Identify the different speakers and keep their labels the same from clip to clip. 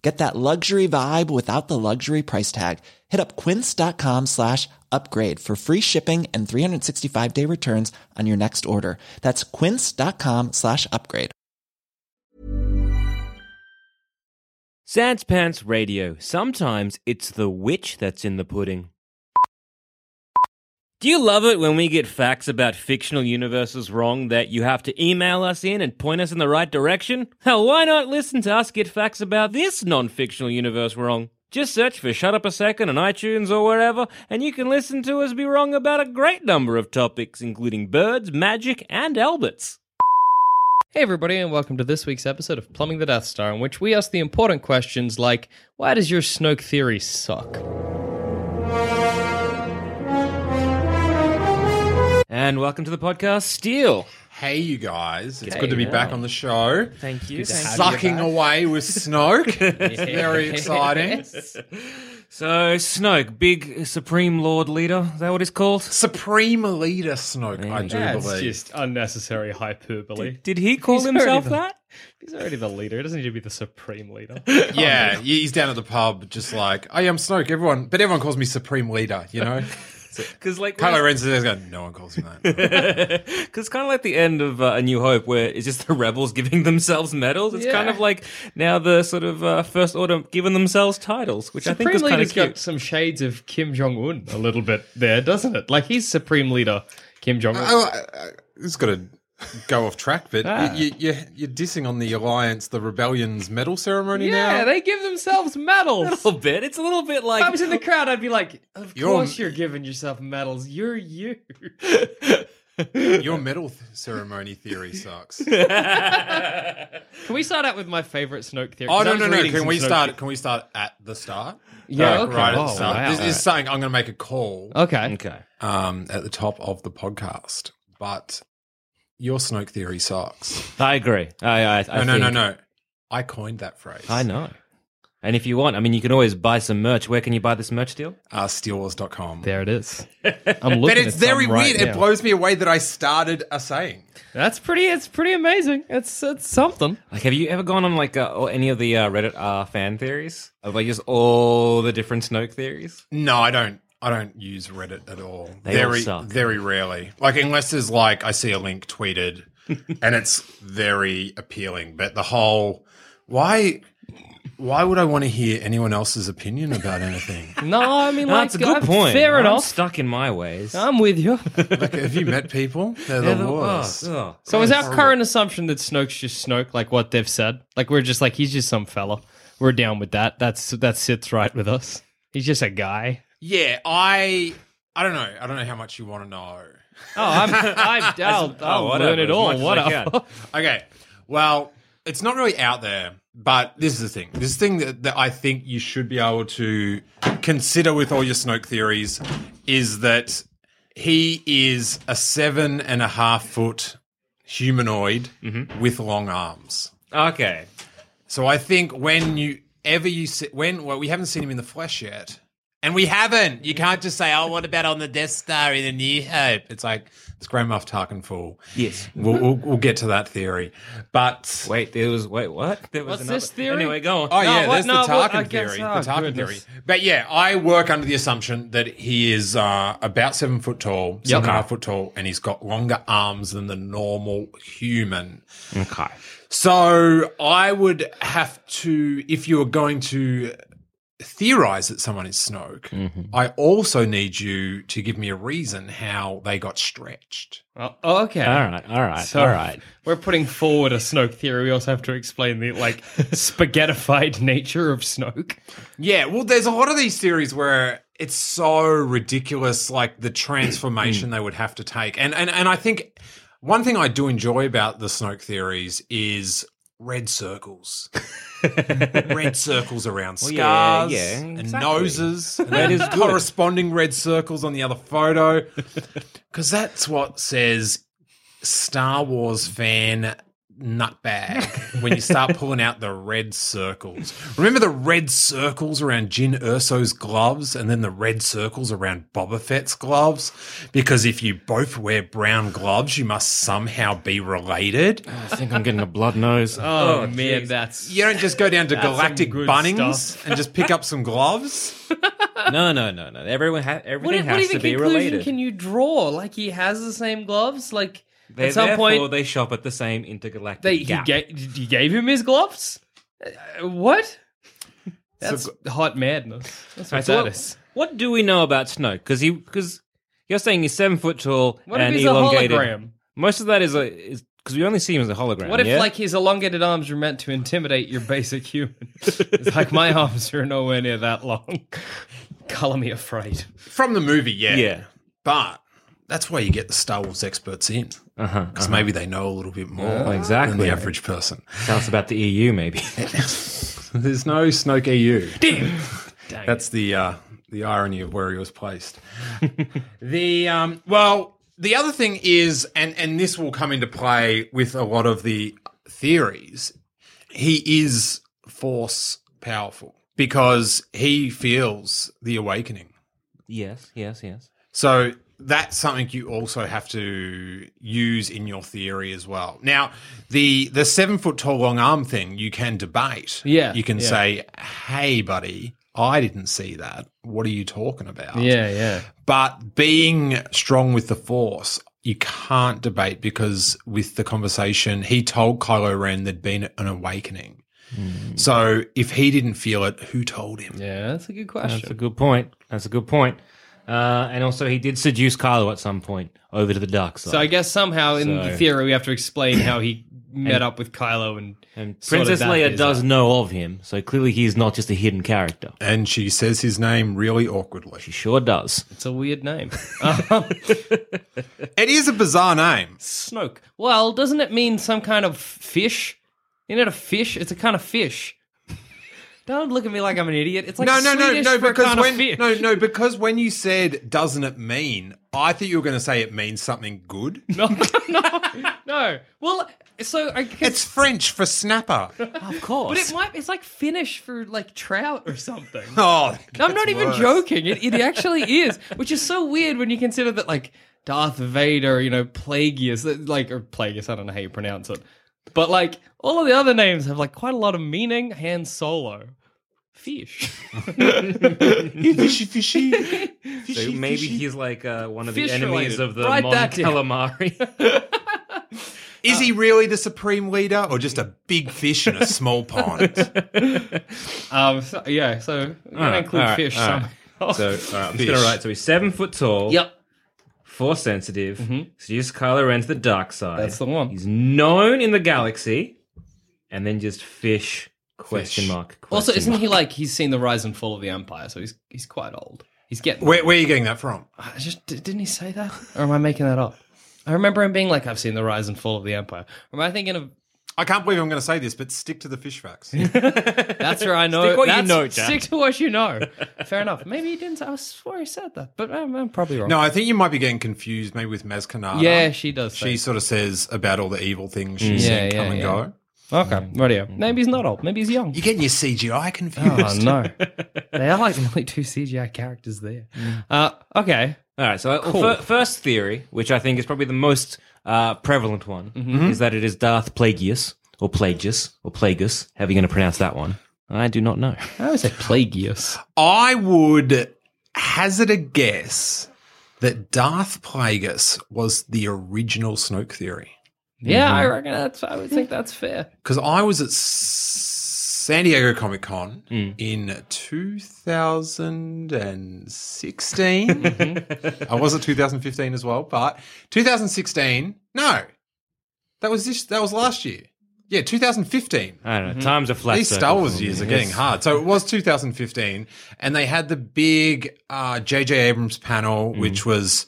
Speaker 1: Get that luxury vibe without the luxury price tag. Hit up quince.com slash upgrade for free shipping and 365 day returns on your next order. That's quince.com slash upgrade.
Speaker 2: Sans Pants Radio. Sometimes it's the witch that's in the pudding. Do you love it when we get facts about fictional universes wrong that you have to email us in and point us in the right direction? Hell, why not listen to us get facts about this non fictional universe wrong? Just search for Shut Up a Second on iTunes or wherever, and you can listen to us be wrong about a great number of topics, including birds, magic, and Alberts.
Speaker 3: Hey, everybody, and welcome to this week's episode of Plumbing the Death Star, in which we ask the important questions like why does your Snoke theory suck?
Speaker 2: And welcome to the podcast, Steel.
Speaker 4: Hey, you guys. It's
Speaker 2: G'day.
Speaker 4: good to be back on the show.
Speaker 2: Thank you.
Speaker 4: Sucking away with Snoke. It's very exciting.
Speaker 2: So, Snoke, big Supreme Lord Leader, is that what it's called?
Speaker 4: Supreme Leader Snoke, I do
Speaker 3: That's
Speaker 4: believe.
Speaker 3: just unnecessary hyperbole.
Speaker 2: Did he call
Speaker 3: He's
Speaker 2: himself
Speaker 3: already the-
Speaker 2: that?
Speaker 3: He's already the leader. He doesn't need to be the supreme leader.
Speaker 4: yeah, yeah, he's down at the pub, just like, I am Snoke. Everyone, but everyone calls me Supreme Leader, you know?
Speaker 2: Because like,
Speaker 4: Kylo Ren's there going, no one calls me that.
Speaker 2: because kind of like the end of uh, A New Hope, where it's just the rebels giving themselves medals. It's kind
Speaker 3: Yeah.
Speaker 2: of like now the sort of uh, First Order giving themselves titles, which I think
Speaker 3: Supreme
Speaker 2: was kind of
Speaker 3: leader's
Speaker 2: cute.
Speaker 3: got some shades of Kim Jong Un a little bit there, doesn't it? Like he's supreme leader Kim Jong Un.
Speaker 4: oh, I, I, it's got to go off track, but
Speaker 3: Ah.
Speaker 4: you, you, you're, you're dissing on the Alliance, the Rebellion's medal ceremony
Speaker 3: Yeah,
Speaker 4: now?
Speaker 3: they give themselves medals.
Speaker 2: a little bit. It's a little bit
Speaker 3: If I
Speaker 2: like
Speaker 3: was in the crowd, I'd be like, "Of
Speaker 4: You're-
Speaker 3: course, you're giving yourself medals. You're you."
Speaker 4: Your medal th- ceremony theory sucks. Oh,
Speaker 3: Can we start out with my favorite Snoke theory?
Speaker 4: Oh
Speaker 3: 'Cause I
Speaker 4: no
Speaker 3: was
Speaker 4: no no!
Speaker 3: reading
Speaker 4: Can
Speaker 3: some
Speaker 4: we
Speaker 3: Snoke
Speaker 4: start?
Speaker 3: the-
Speaker 4: Can we start at the start?
Speaker 3: Yeah,
Speaker 4: Like,
Speaker 3: okay.
Speaker 4: Right at
Speaker 3: Oh,
Speaker 4: the start.
Speaker 3: wow.
Speaker 4: This is something I'm going to make a call
Speaker 3: Okay.
Speaker 2: okay.
Speaker 4: um, at the top of the podcast, but your Snoke theory sucks.
Speaker 2: I agree. I, I, I
Speaker 4: No no no
Speaker 2: think-
Speaker 4: no! I coined that phrase.
Speaker 2: I know. And if you want, I mean, you can always buy some merch. Where can you buy this merch, Steel?
Speaker 4: Uh, SteelWars.com.
Speaker 3: There it is. I'm looking
Speaker 4: But it's
Speaker 3: at some
Speaker 4: very
Speaker 3: right
Speaker 4: weird. It
Speaker 3: now.
Speaker 4: blows me away that I started a saying.
Speaker 3: That's pretty. It's pretty amazing. It's it's something.
Speaker 2: Like, have you ever gone on like uh, or any of the uh, Reddit uh, fan theories of like just all the different Snoke theories?
Speaker 4: No, I don't. I don't use Reddit at all.
Speaker 2: They all
Speaker 4: very,
Speaker 2: suck.
Speaker 4: very rarely. Like unless there's like I see a link tweeted, and it's very appealing. But the whole why, why would I want to hear anyone else's opinion about anything?
Speaker 3: Ah, No, I mean,
Speaker 2: No,
Speaker 3: like,
Speaker 2: that's a good
Speaker 3: I'm-
Speaker 2: point.
Speaker 3: Fair
Speaker 2: I'm
Speaker 3: enough.
Speaker 2: Stuck in my ways.
Speaker 3: I'm with you.
Speaker 4: like, have you met people? They're
Speaker 2: Yeah,
Speaker 4: the
Speaker 2: the-
Speaker 4: worst.
Speaker 2: oh, oh.
Speaker 3: So is our
Speaker 4: Horrible.
Speaker 3: current assumption that Snoke's just Snoke, like what they've said? Like we're just like he's just some fella. We're down with that. That's that sits right with us. He's just a guy.
Speaker 4: Yeah, I, I don't know. I don't know how much you want to know.
Speaker 3: Oh, I'm, I'm I'll, I'll
Speaker 2: whatever,
Speaker 3: learn it
Speaker 2: as
Speaker 3: all.
Speaker 2: much as I
Speaker 3: Whatever.
Speaker 4: Okay, well, it's not really out there, but this is the thing. This thing that, that I think you should be able to consider with all your Snoke theories is that he is a seven and a half foot humanoid with long arms.
Speaker 2: Okay.
Speaker 4: So I think when you ever you see, when well we haven't seen him in the flesh yet, and we haven't. You can't just say, "Oh, what about on the Death Star in the New Hope?" It's like it's Grand Moff Tarkin fool.
Speaker 2: Yes.
Speaker 4: we'll, we'll we'll get to that theory, but
Speaker 2: Wait, there was wait what? There was
Speaker 3: What's
Speaker 2: another
Speaker 3: this theory?
Speaker 2: Anyway, go on.
Speaker 4: oh yeah,
Speaker 3: what-
Speaker 4: there's
Speaker 3: no,
Speaker 4: the
Speaker 3: what-
Speaker 4: Tarkin
Speaker 3: I guess-
Speaker 4: theory.
Speaker 3: oh,
Speaker 4: the Tarkin
Speaker 3: goodness.
Speaker 4: theory. But yeah, I work under the assumption that he is uh, about seven foot tall, seven and a half foot tall, and he's got longer arms than the normal human.
Speaker 2: Okay.
Speaker 4: So I would have to, if you were going to theorize that someone is Snoke,
Speaker 3: Mm-hmm.
Speaker 4: I also need you to give me a reason how they got stretched.
Speaker 3: Oh, oh, okay.
Speaker 2: All right, all right,
Speaker 3: So
Speaker 2: all right.
Speaker 3: We're putting forward a Snoke theory. We also have to explain the like spaghettified nature of Snoke.
Speaker 4: Yeah, well, there's a lot of these theories where it's so ridiculous, like the
Speaker 2: Mm.
Speaker 4: transformation they would have to take. And, and and I think one thing I do enjoy about the Snoke theories is red circles. red circles around
Speaker 2: yeah,
Speaker 4: scars
Speaker 2: yeah,
Speaker 4: and
Speaker 2: exactly.
Speaker 4: noses. And that is corresponding red circles on the other photo. Because that's what says Star Wars fan nutbag when you start pulling out the red circles. Remember the red circles around Jin Urso's gloves and then the red circles around Boba Fett's gloves? Because if you both wear brown gloves, you must somehow be related.
Speaker 2: I think I'm getting a blood nose.
Speaker 3: Oh, man, that's
Speaker 4: You don't just go down to
Speaker 3: That's some
Speaker 4: Galactic
Speaker 3: good
Speaker 4: Bunnings
Speaker 3: stuff.
Speaker 4: and just pick up some gloves.
Speaker 2: No, no, no, no. Everyone ha- everything
Speaker 3: What,
Speaker 2: has
Speaker 3: what
Speaker 2: to
Speaker 3: even
Speaker 2: be
Speaker 3: conclusion
Speaker 2: related.
Speaker 3: can you draw? Like he has the same gloves. Like
Speaker 2: They-
Speaker 3: at some
Speaker 2: therefore,
Speaker 3: point
Speaker 2: they shop at the same intergalactic
Speaker 3: they, he,
Speaker 2: gap.
Speaker 3: gave, he gave him his gloves. Uh, what? That's hot madness. That's
Speaker 2: Right,
Speaker 3: what
Speaker 2: so
Speaker 3: that
Speaker 2: what,
Speaker 3: is.
Speaker 2: what do we know about Snoke? Because he, because you're saying he's seven foot tall
Speaker 3: What
Speaker 2: and
Speaker 3: if he's
Speaker 2: elongated.
Speaker 3: a hologram?
Speaker 2: Most of that is a is because we only see him as a hologram.
Speaker 3: What if
Speaker 2: yeah?
Speaker 3: like his elongated arms were meant to intimidate your basic human? it's like my arms are nowhere near that long. Color me afraid.
Speaker 4: From the movie,
Speaker 2: yeah?
Speaker 4: But that's why you get the Star Wars experts in. Because
Speaker 3: Uh-huh,
Speaker 4: maybe they know a little bit more than
Speaker 2: exactly.
Speaker 4: the average person.
Speaker 2: Tell us about the EU, maybe.
Speaker 4: There's no Snoke EU. That's the uh, the irony of where he was placed. the um, well, the other thing is, and and this will come into play with a lot of the theories. He is force powerful because he feels the awakening.
Speaker 2: yes, yes, yes.
Speaker 4: So that's something you also have to use in your theory as well. Now, the the seven foot tall long arm thing you can debate.
Speaker 3: Yeah,
Speaker 4: you can
Speaker 3: yeah.
Speaker 4: say, "Hey, buddy, I didn't see that. What are you talking about?"
Speaker 3: yeah.
Speaker 4: But being strong with the force, you can't debate because with the conversation, he told Kylo Ren there'd been an awakening. So if he didn't feel it, who told him?
Speaker 3: Hmm. Yeah, that's a good
Speaker 2: That's a
Speaker 3: question.
Speaker 2: good point. That's a good point. Uh, and also, he did seduce Kylo at some point over to the dark side.
Speaker 3: so I guess somehow in
Speaker 2: So-
Speaker 3: the theory we have to explain how he met up with Kylo and,
Speaker 2: and
Speaker 3: sorted
Speaker 2: Princess
Speaker 3: that
Speaker 2: Leia
Speaker 3: biz
Speaker 2: does
Speaker 3: out.
Speaker 2: know of him, so clearly he is not just a hidden character.
Speaker 4: And she says his name really awkwardly.
Speaker 2: She sure does.
Speaker 3: It's a weird name.
Speaker 4: It is a bizarre name.
Speaker 3: Snoke. Well, doesn't it mean some kind of fish? Isn't it a fish? It's a kind of fish. Don't look at me like I'm an idiot. It's like
Speaker 4: no, no, no,
Speaker 3: Swedish
Speaker 4: no.
Speaker 3: for a
Speaker 4: Because
Speaker 3: kind of
Speaker 4: when
Speaker 3: fish.
Speaker 4: no, no, because when you said "doesn't it mean," I thought you were going to say it means something good.
Speaker 3: no. Well, so I guess,
Speaker 4: It's French for snapper.
Speaker 2: Of
Speaker 3: but
Speaker 2: course.
Speaker 3: it might. It's like Finnish for like trout or something.
Speaker 4: Oh,
Speaker 3: I'm not
Speaker 4: that's
Speaker 3: even
Speaker 4: worse.
Speaker 3: joking. It, it actually is, which is so weird when you consider that like Darth Vader, you know, Plagueis, that- like or Plagueis. I don't know how you pronounce it, but like all of the other names have like quite a lot of meaning. Han Solo, fish.
Speaker 4: fishy, fishy.
Speaker 2: so maybe he's like uh, one of the
Speaker 3: Fish
Speaker 2: enemies
Speaker 3: related.
Speaker 2: of the
Speaker 3: Write
Speaker 2: Mon
Speaker 3: that down.
Speaker 2: Calamari.
Speaker 4: Is
Speaker 3: Uh.
Speaker 4: he really the supreme leader, or just a big fish in a small pond?
Speaker 3: Um, so- yeah, so we
Speaker 2: All
Speaker 3: gotta
Speaker 2: right,
Speaker 3: include
Speaker 2: all right,
Speaker 3: fish.
Speaker 2: all right.
Speaker 3: somehow.
Speaker 2: So all right, I'm just
Speaker 4: Fish.
Speaker 2: gonna write. So he's seven foot tall.
Speaker 3: yep,
Speaker 2: Force sensitive. Seduced Kylo Ren to Mm-hmm. the dark side.
Speaker 3: that's the one.
Speaker 2: He's known in the galaxy, and then just fish question mark. Question
Speaker 3: also, isn't
Speaker 2: mark.
Speaker 3: he like he's seen the rise and fall of the empire? So he's he's quite old. He's getting.
Speaker 4: Where, where are you getting that from?
Speaker 3: I just d- didn't he say that, or am I making that up? I remember him being like, "I've seen the rise and fall of the empire." Am I thinking of?
Speaker 4: I can't believe I'm going to say this, but stick to the fish facts.
Speaker 3: That's where I know.
Speaker 2: Stick what you
Speaker 3: that's-
Speaker 2: know, Jack.
Speaker 3: Stick to what you know. Fair enough. Maybe he didn't. I swear he said that, but I'm, I'm probably wrong.
Speaker 4: No, I think you might be getting confused, maybe with Maz Kanata.
Speaker 3: yeah, she does.
Speaker 4: she
Speaker 3: Say.
Speaker 4: sort of says about all the evil things she's
Speaker 3: Yeah,
Speaker 4: seen come
Speaker 3: yeah,
Speaker 4: and
Speaker 3: yeah.
Speaker 4: go.
Speaker 3: okay. Radio. Maybe he's not old. Maybe he's young.
Speaker 4: You're getting your CGI confused.
Speaker 3: Oh no, they are like the only two CGI characters there. Uh, okay.
Speaker 2: All right. So uh, fir- first theory, which I think is probably the most uh, prevalent one,
Speaker 4: Mm-hmm.
Speaker 2: is that it is Darth Plagueis or Plagius or Plagueis. However, you're going to pronounce that one. I do not know.
Speaker 3: I always say Plagueis.
Speaker 4: I would hazard a guess that Darth Plagueis was the original Snoke theory
Speaker 2: Mm-hmm.
Speaker 3: Yeah, I reckon that's. I would think that's fair.
Speaker 4: because I was at s- San Diego Comic Con in 2016. I was at 2015 as well, but 2016. No, that was this. That was last year. Yeah, 2015.
Speaker 2: I don't know. Times are flat.
Speaker 4: Mm-hmm. These
Speaker 2: circle
Speaker 4: Star
Speaker 2: for
Speaker 4: Wars
Speaker 2: me.
Speaker 4: years are getting hard. So it was 2015, and they had the big uh, J.J. Abrams panel, which was,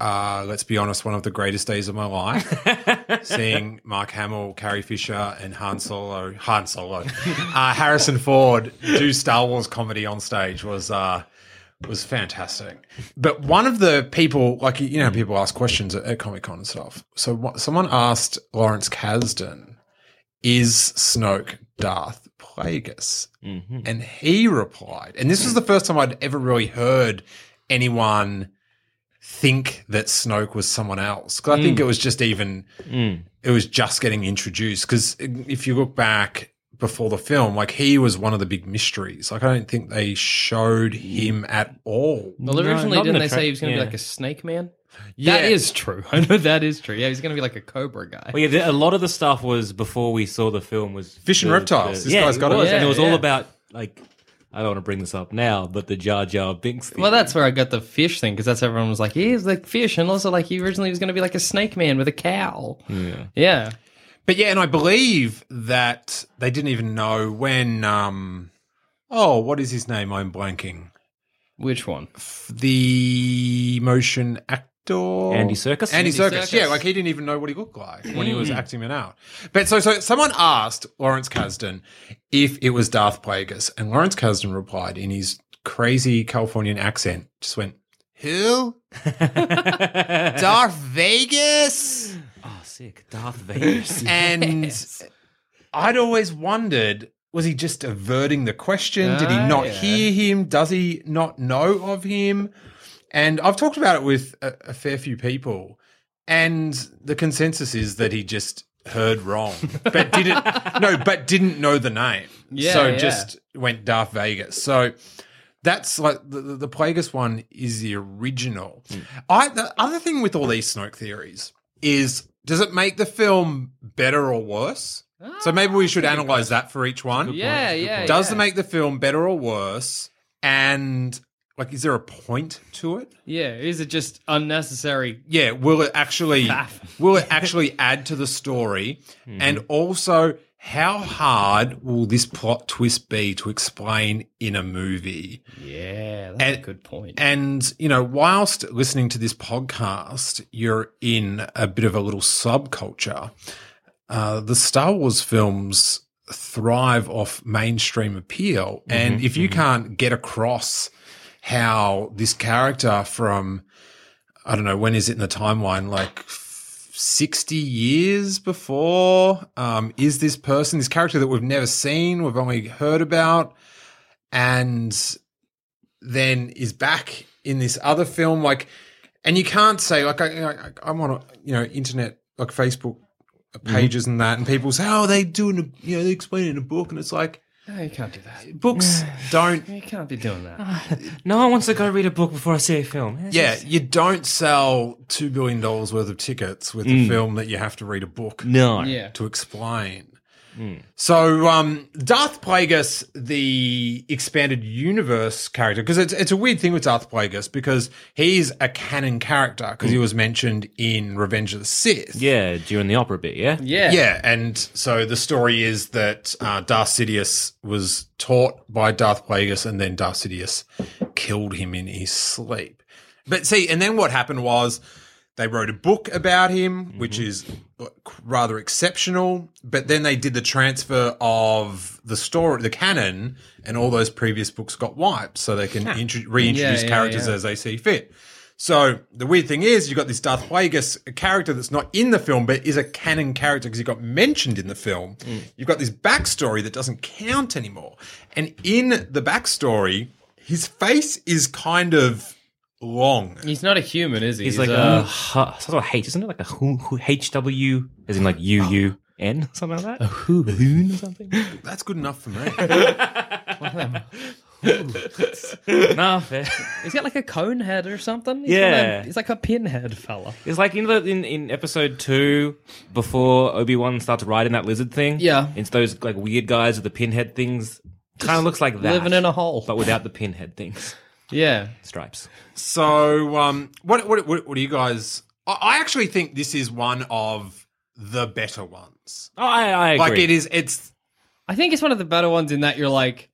Speaker 4: uh, let's be honest, one of the greatest days of my life. Seeing Mark Hamill, Carrie Fisher, and Han Solo, Han Solo, uh, Harrison Ford do Star Wars comedy on stage was. Uh, was fantastic. But one of the people, like, you know, how people ask questions at, at Comic Con and stuff. So, what, someone asked Lawrence Kasdan, is Snoke Darth Plagueis? And he replied, and this was the first time I'd ever really heard anyone think that Snoke was someone else. 'Cause I think it was just even, it was just getting introduced. Because if you look back before the film, like he was one of the big mysteries. Like I don't think they showed him at all.
Speaker 3: Well, originally,
Speaker 2: not an
Speaker 3: didn't they
Speaker 2: attract-
Speaker 3: say he was going to
Speaker 2: yeah.
Speaker 3: be like a snake man?
Speaker 4: Yeah.
Speaker 3: That is true. I know that is true. Yeah, he's going to be like a cobra guy.
Speaker 2: Well, yeah, the, a lot of the stuff was before we saw the film was
Speaker 4: Fish and
Speaker 2: the-
Speaker 4: reptiles. This
Speaker 2: yeah,
Speaker 4: guy's got
Speaker 2: it.
Speaker 4: it.
Speaker 2: Was, and it
Speaker 3: Yeah,
Speaker 2: was all
Speaker 3: yeah.
Speaker 2: about like I don't want to bring this up now, but the Jar Jar Binks. Thing.
Speaker 3: Well, that's where I got the fish thing because that's everyone was like, he is like fish, and also like he originally was going to be like a snake man with a cowl. Yeah, yeah.
Speaker 4: But yeah, and I believe that they didn't even know when. Um, oh, what is his name? I'm blanking.
Speaker 3: Which one?
Speaker 4: The motion actor
Speaker 2: Andy Serkis?
Speaker 4: Andy
Speaker 2: Andy
Speaker 4: Circus.
Speaker 3: Serkis.
Speaker 4: Yeah, like he didn't even know what he looked like when he was acting it out. But so, so someone asked Lawrence Kasdan if it was Darth Plagueis, and Lawrence Kasdan replied in his crazy Californian accent, just went, "Who? Darth Vegas?"
Speaker 2: oh, sick Darth Vader.
Speaker 4: And I'd always wondered was he just averting the question? Did he
Speaker 3: Ah,
Speaker 4: not
Speaker 3: yeah.
Speaker 4: hear him? Does he not know of him? And I've talked about it with a, a fair few people, and the consensus is that he just heard wrong, but didn't no, but didn't know the name.
Speaker 3: Yeah,
Speaker 4: so
Speaker 3: yeah.
Speaker 4: just went Darth Vegas. So that's like the, the, the Plagueis one is the original.
Speaker 3: Hmm.
Speaker 4: I the other thing with all these Snoke theories is does it make the film better or worse? so maybe we should analyze that for each one.
Speaker 3: Yeah, yeah.
Speaker 4: Does
Speaker 3: yeah.
Speaker 4: it make the film better or worse? And like, is there a point to it?
Speaker 3: Yeah, is it just unnecessary?
Speaker 4: Yeah, will it actually will it actually add to the story?
Speaker 3: Mm-hmm.
Speaker 4: And also, how hard will this plot twist be to explain in a movie?
Speaker 3: Yeah, that's
Speaker 4: And-
Speaker 3: a good point.
Speaker 4: And, you know, whilst listening to this podcast, you're in a bit of a little subculture. Uh, the Star Wars films thrive off mainstream appeal. And if you can't get across how this character from, I don't know, when is it in the timeline? Like, 60 years before um, is this person this character that we've never seen we've only heard about and then is back in this other film. Like, and you can't say like I, I, I'm on a, you know internet like Facebook pages and that, and people say oh they do in a, you know they explain it in a book, and it's like
Speaker 3: no, you can't do that.
Speaker 4: books don't.
Speaker 3: You can't be doing that.
Speaker 2: no one wants to go read a book before I see a film. It's
Speaker 4: Yeah,
Speaker 2: just-
Speaker 4: you don't sell two billion dollars worth of tickets with a film that you have to read a book
Speaker 2: no.
Speaker 3: Yeah.
Speaker 4: to explain. So, um, Darth Plagueis, the expanded universe character, because it's, it's a weird thing with Darth Plagueis because he's a canon character because he was mentioned in Revenge of the Sith.
Speaker 2: Yeah, during the opera bit, yeah?
Speaker 3: Yeah.
Speaker 4: Yeah, and so the story is that uh, Darth Sidious was taught by Darth Plagueis, and then Darth Sidious killed him in his sleep. But see, and then what happened was they wrote a book about him, which is uh, rather exceptional. But then they did the transfer of the story, the canon, and all those previous books got wiped, so they can intro- reintroduce
Speaker 3: Yeah, yeah,
Speaker 4: characters
Speaker 3: yeah.
Speaker 4: as they see fit. So the weird thing is, you've got this Darth Plagueis a character that's not in the film, but is a canon character because he got mentioned in the film.
Speaker 3: Mm.
Speaker 4: You've got this backstory that doesn't count anymore, and in the backstory, his face is kind of long.
Speaker 3: He's not a human, is uh, he?
Speaker 2: He's like a, hu- some sort of H, isn't it? Like a who, who, HW, as in like U U N, something like that? A who, or something?
Speaker 4: That's good enough for me.
Speaker 2: nah, fair.
Speaker 3: He's got like a cone head or something. He's
Speaker 2: Yeah.
Speaker 3: got a- he's like a pinhead fella.
Speaker 2: It's like in the in, in episode two, before Obi Wan starts riding that lizard thing.
Speaker 3: Yeah.
Speaker 2: it's those like weird guys with the pinhead things. Kind of looks like that,
Speaker 3: living in a hole.
Speaker 2: but without the pinhead things.
Speaker 3: Yeah.
Speaker 2: Stripes.
Speaker 4: So, um, what, what what what do you guys? I, I actually think this is one of the better ones.
Speaker 2: Oh, I, I agree.
Speaker 4: Like it is, it's
Speaker 3: I think it's one of the better ones in that you're like,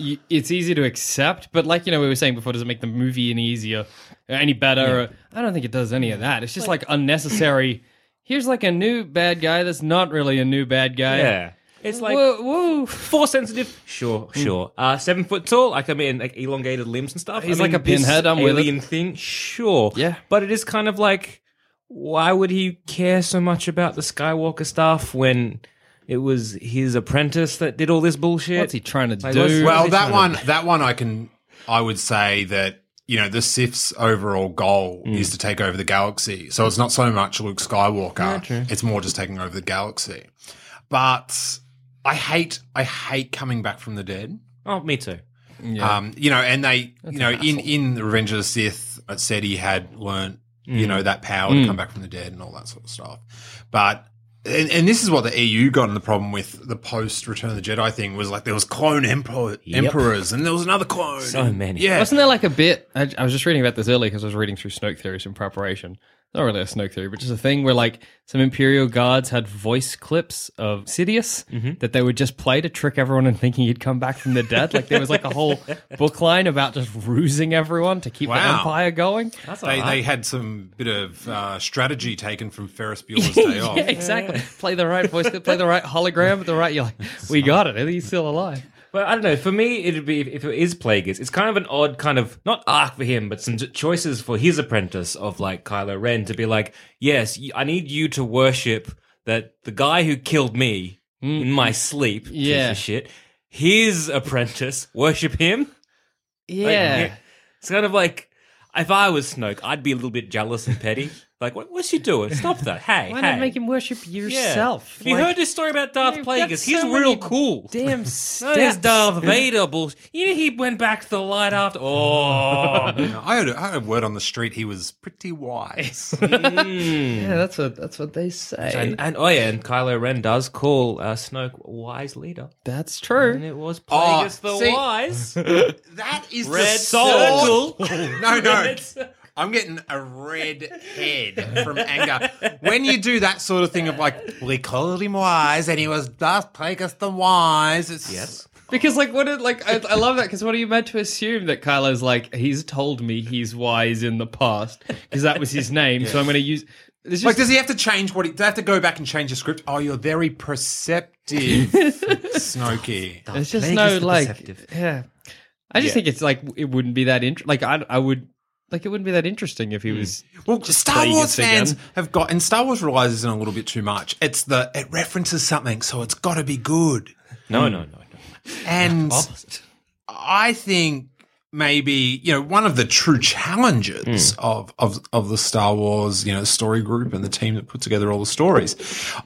Speaker 3: you, it's easy to accept, but like you know we were saying before, does it make the movie any easier, or any better? Or, I don't think it does any of that. It's just like, unnecessary. Here's like a new bad guy that's not really a new bad guy.
Speaker 2: Yeah, it's like
Speaker 3: whoa, whoa.
Speaker 2: force sensitive. Sure,
Speaker 3: Hmm.
Speaker 2: sure. Uh, seven foot tall. Like I mean, like elongated limbs and stuff.
Speaker 3: He's
Speaker 2: I mean,
Speaker 3: like a
Speaker 2: this
Speaker 3: pinhead, I'm with it.
Speaker 2: alien thing. Sure.
Speaker 3: Yeah.
Speaker 2: but it is kind of like, why would he care so much about the Skywalker stuff when? It was his apprentice that did all this bullshit.
Speaker 3: What's he trying to
Speaker 2: Like,
Speaker 3: do?
Speaker 2: what's-
Speaker 4: well
Speaker 2: It's
Speaker 4: that
Speaker 2: not
Speaker 4: one. That one I can. I would say that you know the Sith's overall goal is to take over the galaxy. So it's not so much Luke Skywalker. it's more just taking over the galaxy. But I hate I hate coming back from the dead.
Speaker 2: Oh, me too.
Speaker 4: Um, you know, and they, you know, in, in the Revenge of the Sith, it said he had learnt,
Speaker 2: Mm.
Speaker 4: you know, that power to come back from the dead and all that sort of stuff. But, and, and this is what the EU got in the problem with the post Return of the Jedi thing was like there was clone emperor, emperors and there was another clone.
Speaker 2: So many.
Speaker 4: Yeah.
Speaker 3: Wasn't there like a bit? I, I was just reading about this earlier because I was reading through Snoke theories in preparation. Not really a Snoke theory, but just a thing where like some Imperial guards had voice clips of Sidious
Speaker 2: Mm-hmm.
Speaker 3: that they would just play to trick everyone into thinking he'd come back from the dead. like there was like a whole book line about just rusing everyone to keep the
Speaker 4: Wow.
Speaker 3: empire going.
Speaker 4: they, they had some bit of uh, strategy taken from Ferris Bueller's Day Off.
Speaker 3: yeah, exactly. Play the right voice, clip, play the right hologram, at the right. You're like, we got it. He's still alive.
Speaker 2: But I don't know. For me, it'd be if, if it is Plagueis, it's kind of an odd kind of not arc for him, but some j- choices for his apprentice of like Kylo Ren to be like, yes, y- I need you to worship that the guy who killed me in my sleep, piece of
Speaker 3: Mm. Yeah.
Speaker 2: shit. His apprentice worship him. Like,
Speaker 3: Yeah.
Speaker 2: It's kind of like if I was Snoke, I'd be a little bit jealous and petty. Like, what, what's she doing? Stop that! Hey,
Speaker 3: Why
Speaker 2: hey.
Speaker 3: not make him worship
Speaker 2: Yeah.
Speaker 3: yourself?
Speaker 2: Have you
Speaker 3: Like,
Speaker 2: heard Oh, this story about Darth
Speaker 3: you've got
Speaker 2: Plagueis?
Speaker 3: so
Speaker 2: He's
Speaker 3: many
Speaker 2: real cool.
Speaker 3: Damn
Speaker 2: No, there's
Speaker 3: steps.
Speaker 2: Darth Vader bullshit. You know he went back to the light after. Oh,
Speaker 4: You know, I, heard, I heard word on the street he was pretty wise.
Speaker 3: Yeah, that's what that's what they say.
Speaker 2: and, and oh yeah, and Kylo Ren does call uh, Snoke a wise leader,
Speaker 3: that's
Speaker 2: and
Speaker 3: true.
Speaker 2: it was Plagueis
Speaker 4: Oh,
Speaker 2: the
Speaker 4: see-
Speaker 2: wise.
Speaker 4: that is
Speaker 2: Ah, Red
Speaker 4: the sword-
Speaker 2: circle.
Speaker 4: No, no. I'm getting a red head from anger. When you do that sort of thing of like, we called him wise and he was Darth Plagueis the wise. It's, yes.
Speaker 3: Because like what? It, like I, I love that. Because what are you meant to assume that Kylo's like he's told me he's wise in the past because that was his name. So I'm going to use. It's just,
Speaker 4: Like, does he have to change what he, does he have to go back and change the script? Oh, you're very perceptive, Snokey.
Speaker 3: it's just
Speaker 2: Plagueis
Speaker 3: no
Speaker 2: the
Speaker 3: like.
Speaker 2: Deceptive.
Speaker 3: Yeah, I just think it's like it wouldn't be that int- Like I, I would like it wouldn't be that interesting if he was.
Speaker 4: Well, Star
Speaker 3: Plagueis
Speaker 4: Wars fans
Speaker 3: again.
Speaker 4: have got, and Star Wars relies on a little bit too much. It's the, it references something, so it's got to be good.
Speaker 2: No, no, no, no.
Speaker 4: And I think maybe you know one of the true challenges of, of of the Star Wars you know story group and the team that put together all the stories.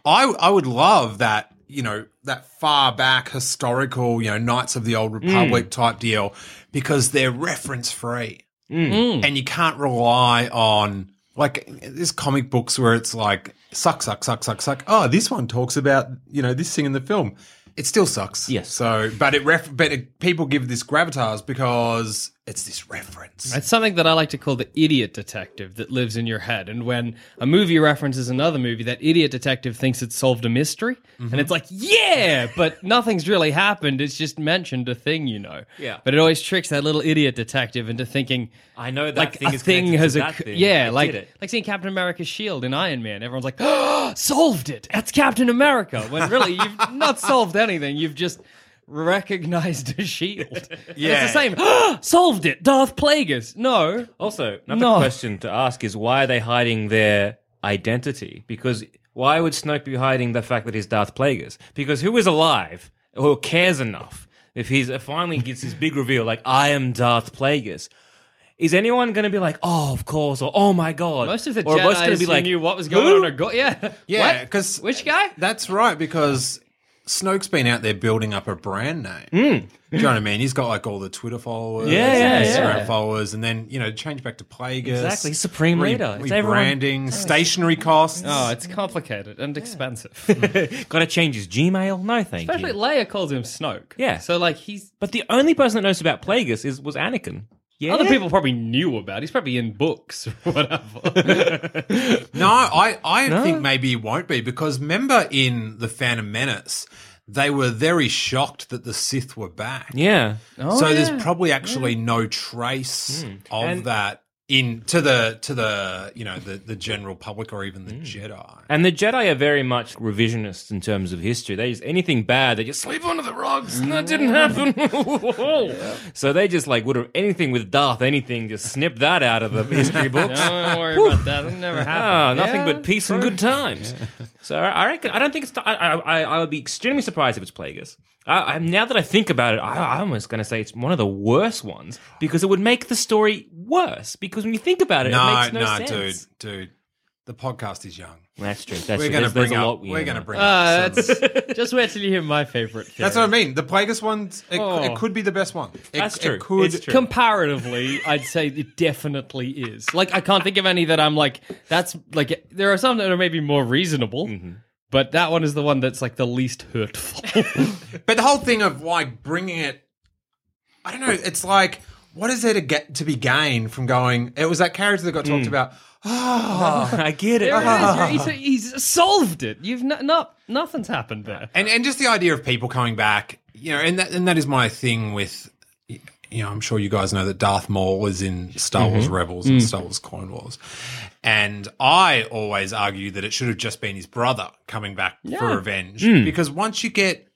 Speaker 4: I I would love that you know that far back historical you know Knights of the Old Republic type deal because they're reference free Hmm.
Speaker 2: Mm.
Speaker 4: and you can't rely on like there's comic books where it's like suck suck suck suck suck oh this one talks about you know this thing in the film it still sucks
Speaker 2: Yes.
Speaker 4: so but it ref but it, people give this gravitas because it's this reference
Speaker 3: It's something that I like to call the idiot detective that lives in your head. And when a movie references another movie, that idiot detective thinks it's solved a mystery.
Speaker 2: Mm-hmm.
Speaker 3: And it's like, yeah, but nothing's really happened. It's just mentioned a thing, you know.
Speaker 2: Yeah.
Speaker 3: But it always tricks that little idiot detective into thinking,
Speaker 2: I know that
Speaker 3: like,
Speaker 2: thing
Speaker 3: a
Speaker 2: is
Speaker 3: thing
Speaker 2: connected
Speaker 3: has
Speaker 2: to
Speaker 3: a.
Speaker 2: that thing. I
Speaker 3: Yeah,
Speaker 2: did
Speaker 3: like,
Speaker 2: it.
Speaker 3: like seeing Captain America's shield in Iron Man. Everyone's like, oh, solved it. That's Captain America. When really, you've not solved anything. You've just. Recognized a shield.
Speaker 4: Yeah.
Speaker 3: It's the same. "Ah, Solved it. Darth Plagueis. No.
Speaker 2: Also, another
Speaker 3: No.
Speaker 2: question to ask is why are they hiding their identity? Because why would Snoke be hiding the fact that he's Darth Plagueis? Because who is alive or cares enough if he finally gets his big reveal, like I am Darth Plagueis? Is anyone going to be like, oh, of course, or oh my god?
Speaker 3: Most of the
Speaker 2: or
Speaker 3: Jedi's
Speaker 2: gonna
Speaker 3: who knew what was going
Speaker 2: who?
Speaker 3: on are go- yeah.
Speaker 4: yeah
Speaker 3: What?
Speaker 4: because
Speaker 3: Which guy?
Speaker 4: that's right because Snoke's been out there building up a brand name. Do you know what I mean? He's got like all the Twitter followers,
Speaker 2: Hmm. Yeah, yeah,
Speaker 4: and Instagram
Speaker 3: yeah.
Speaker 4: followers, and then you know change back to Plagueis.
Speaker 2: Exactly, Supreme Leader. It's everyone-
Speaker 4: rebranding, stationary costs.
Speaker 3: Oh, it's complicated and
Speaker 2: Mm.
Speaker 3: expensive.
Speaker 2: Got to change his Gmail? No, thank
Speaker 3: Especially
Speaker 2: you.
Speaker 3: Leia calls him Snoke.
Speaker 2: Yeah.
Speaker 3: So like he's
Speaker 2: but the only person that knows about Plagueis is was Anakin. Yeah,
Speaker 3: other people probably knew about. it. He's probably in books or whatever.
Speaker 4: No, I, I think maybe it won't be because remember in The Phantom Menace, they were very shocked that the Sith were back.
Speaker 2: Yeah, Hmm.
Speaker 4: so there's probably actually no trace of
Speaker 2: And-
Speaker 4: that in to the to the you know the, the general public or even the
Speaker 2: Hmm.
Speaker 4: Jedi.
Speaker 2: and the Jedi are very much revisionists in terms of history. They just anything bad, they just sweep under the rugs. and That didn't happen. So they just like would have anything with Darth, anything, just snip that out of the history books.
Speaker 3: Don't worry about that. It'll never
Speaker 2: Ah,
Speaker 3: happen.
Speaker 2: nothing
Speaker 3: Yeah,
Speaker 2: but peace and good times. So I reckon I don't think it's. I I, I would be extremely surprised if it's Plagueis. I, I, now that I think about it, I, I'm almost going to say it's one of the worst ones because it would make the story worse. Because when you think about it, it
Speaker 4: no,
Speaker 2: makes no,
Speaker 4: no,
Speaker 2: sense.
Speaker 4: dude, dude. The podcast is young.
Speaker 2: That's true. That's
Speaker 4: we're
Speaker 2: true.
Speaker 4: gonna
Speaker 2: There's, there's
Speaker 4: bring
Speaker 2: a
Speaker 4: up
Speaker 2: lot Ah, we
Speaker 4: we're
Speaker 2: know.
Speaker 4: gonna bring
Speaker 3: Uh,
Speaker 4: up some-
Speaker 3: that's- just wait till you hear my favorite. Theory.
Speaker 4: That's what I mean. The Plagueis one's it,
Speaker 3: Oh.
Speaker 4: it could be the best one. It,
Speaker 2: That's true.
Speaker 4: It could
Speaker 2: It's true.
Speaker 3: Comparatively, I'd say it definitely is. Like, I can't think of any that I'm like, that's like, there are some that are maybe more reasonable,
Speaker 2: Mm-hmm.
Speaker 3: but that one is the one that's like the least hurtful.
Speaker 4: But the whole thing of like bringing it, I don't know. It's like, what is there to get to be gained from going? It was that character that got talked about. Oh.
Speaker 2: I get it.
Speaker 3: There it is. You're- He's, he's solved it. You've not, not nothing's happened there.
Speaker 4: and and just the idea of people coming back, you know, and that and that is my thing with, you know, I'm sure you guys know that Darth Maul was in Star Wars Rebels and Star Wars Clone Wars, and I always argue that it should have just been his brother coming back for revenge because once you get,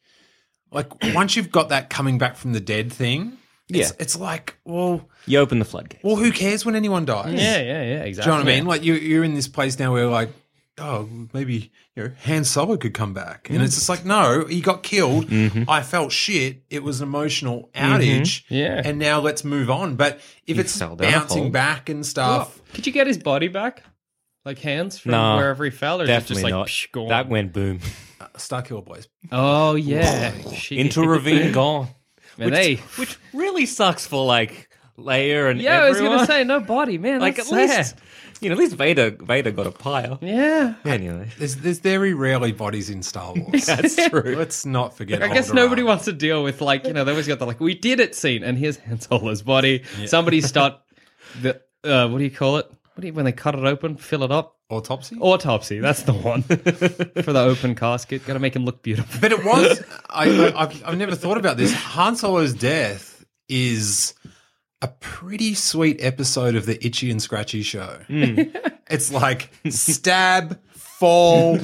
Speaker 4: like, once you've got that coming back from the dead thing, it's,
Speaker 2: Yeah.
Speaker 4: it's like, well.
Speaker 2: You open the floodgate.
Speaker 4: Well, who cares when anyone dies?
Speaker 3: Yeah, yeah, yeah, exactly.
Speaker 4: Do you know what I mean? Like you, you're in this place now where like, oh, maybe you know, Han Solo could come back, and it's just like, no, he got killed. I felt shit. It was an emotional outage.
Speaker 3: Yeah.
Speaker 4: and now let's move on. But if it's
Speaker 2: fell down a hole.
Speaker 4: bouncing back and stuff,
Speaker 3: Could you get his body back? Like hands from
Speaker 2: Nah,
Speaker 3: wherever he fell, or is it
Speaker 2: Definitely
Speaker 3: just like
Speaker 2: not.
Speaker 3: psh, gone?
Speaker 2: that went boom
Speaker 4: Starkiller uh, boys.
Speaker 3: oh yeah, Shit.
Speaker 2: into a ravine, gone.
Speaker 3: Man, they-
Speaker 2: which really sucks for like Leia and
Speaker 3: yeah, I was
Speaker 2: everyone.
Speaker 3: gonna say no body, man.
Speaker 2: like at
Speaker 3: that's
Speaker 2: least
Speaker 3: sad.
Speaker 2: you know at least Vader Vader got a pyre.
Speaker 3: yeah.
Speaker 2: Anyway,
Speaker 4: There's, there's very rarely bodies in Star Wars.
Speaker 2: that's true.
Speaker 4: let's not forget.
Speaker 3: I guess
Speaker 4: Alderaan.
Speaker 3: nobody wants to deal with like you know they always got the like we did it scene and here's Han Solo's body. Somebody start the uh, what do you call it? What do you, when they cut it open, fill it up?
Speaker 4: autopsy.
Speaker 3: Autopsy. That's the one for the open casket. Got to make him look beautiful.
Speaker 4: But it was. I, I, I've, I've never thought about this. Han Solo's death is a pretty sweet episode of the Itchy and Scratchy show.
Speaker 2: Hmm.
Speaker 4: It's like stab, fall,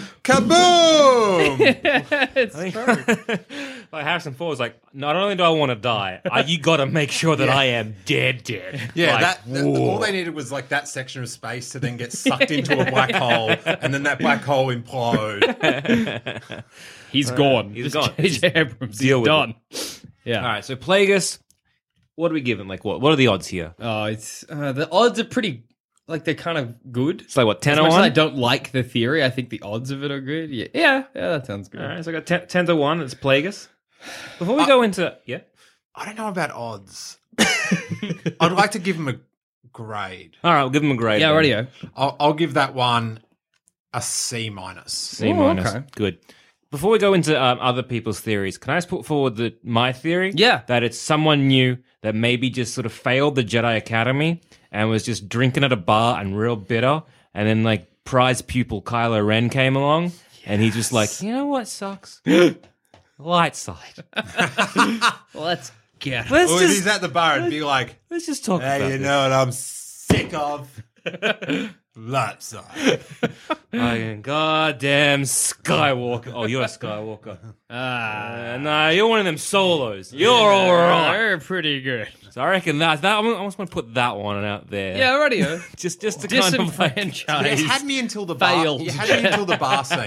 Speaker 4: kaboom.
Speaker 3: It's
Speaker 2: like Harrison Ford was like, not only do I want to die, I, you got to make sure that I am dead, dead.
Speaker 4: Yeah,
Speaker 2: Like,
Speaker 4: that, that-
Speaker 2: whoa.
Speaker 4: all they needed was like that section of space to then get sucked into a black hole, and then that black hole implode.
Speaker 3: He's gone.
Speaker 2: he's
Speaker 3: Just
Speaker 2: gone.
Speaker 3: J.J. Abrams.
Speaker 2: deal
Speaker 3: he's
Speaker 2: with
Speaker 3: done.
Speaker 2: All right, so Plagueis, what do we give him? Like, what? What are the odds here?
Speaker 3: Oh, it's uh, the odds are pretty like they're kind of good.
Speaker 2: It's like what ten
Speaker 3: As
Speaker 2: to
Speaker 3: much as
Speaker 2: one.
Speaker 3: I don't like the theory, I think the odds of it are good. Yeah, yeah, yeah that sounds good.
Speaker 2: All right, so I got 10, 10 to one. It's Plagueis. Before we go into Uh, yeah,
Speaker 4: I don't know about odds. I'd like to give him a grade.
Speaker 2: all right, we'll give him a grade.
Speaker 3: Yeah,
Speaker 2: then.
Speaker 3: radio.
Speaker 4: I'll, I'll give that one a C minus.
Speaker 2: C
Speaker 3: Ooh,
Speaker 2: minus.
Speaker 3: okay.
Speaker 2: Good. Before we go into um, other people's theories, can I just put forward the, my theory?
Speaker 3: Yeah.
Speaker 2: That it's someone new that maybe just sort of failed the Jedi Academy and was just drinking at a bar and real bitter. And then, like, prize pupil Kylo Ren came along and he's just like, you know what sucks? Light side.
Speaker 3: Let's get it.
Speaker 2: Let's
Speaker 4: Or if he's
Speaker 2: just,
Speaker 4: at the bar and be like,
Speaker 2: let's just talk about
Speaker 4: Hey, you
Speaker 2: this.
Speaker 4: know what I'm sick of? Lopside.
Speaker 2: Fucking goddamn Skywalker. Oh, you're a Skywalker. Ah, no, you're one of them solos. You're all right.
Speaker 3: They're pretty good.
Speaker 2: So I reckon that that I'm, I just want to put that one out there.
Speaker 3: Yeah, radio.
Speaker 2: just just to kind of like,
Speaker 4: You
Speaker 3: Disenfranchised.
Speaker 4: had me until the bar.
Speaker 3: Failed.
Speaker 4: You had me until the bar scene.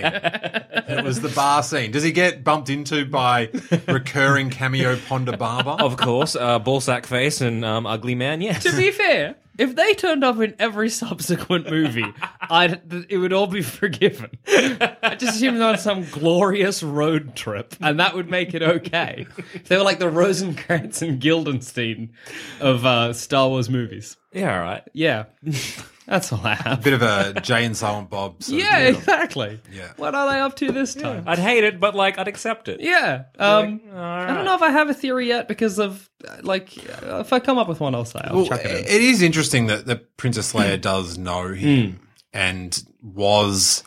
Speaker 4: It was the bar scene. Does he get bumped into by recurring cameo Ponda Barber?
Speaker 2: of course, uh, ballsack face and um, ugly man. Yes,
Speaker 3: to be fair, If they turned up in every subsequent movie, I'd, th- it would all be forgiven. I just assume they're on some glorious road trip, and that would make it okay. If they were like the Rosencrantz and Guildenstein of uh, Star Wars movies.
Speaker 2: Yeah, all right.
Speaker 3: Yeah, that's all I have.
Speaker 4: Bit of a Jay and Silent Bob. Sort of
Speaker 3: Yeah,
Speaker 4: deal.
Speaker 3: exactly.
Speaker 4: Yeah.
Speaker 3: What are they up to this time?
Speaker 2: I'd hate it, but like I'd accept it.
Speaker 3: Yeah. Um, I don't know if I have a theory yet because of uh, like uh, if I come up with one, I'll say I'll
Speaker 4: Well,
Speaker 3: chuck it in. Hmm.
Speaker 4: it is interesting that the Princess Leia does know him and was,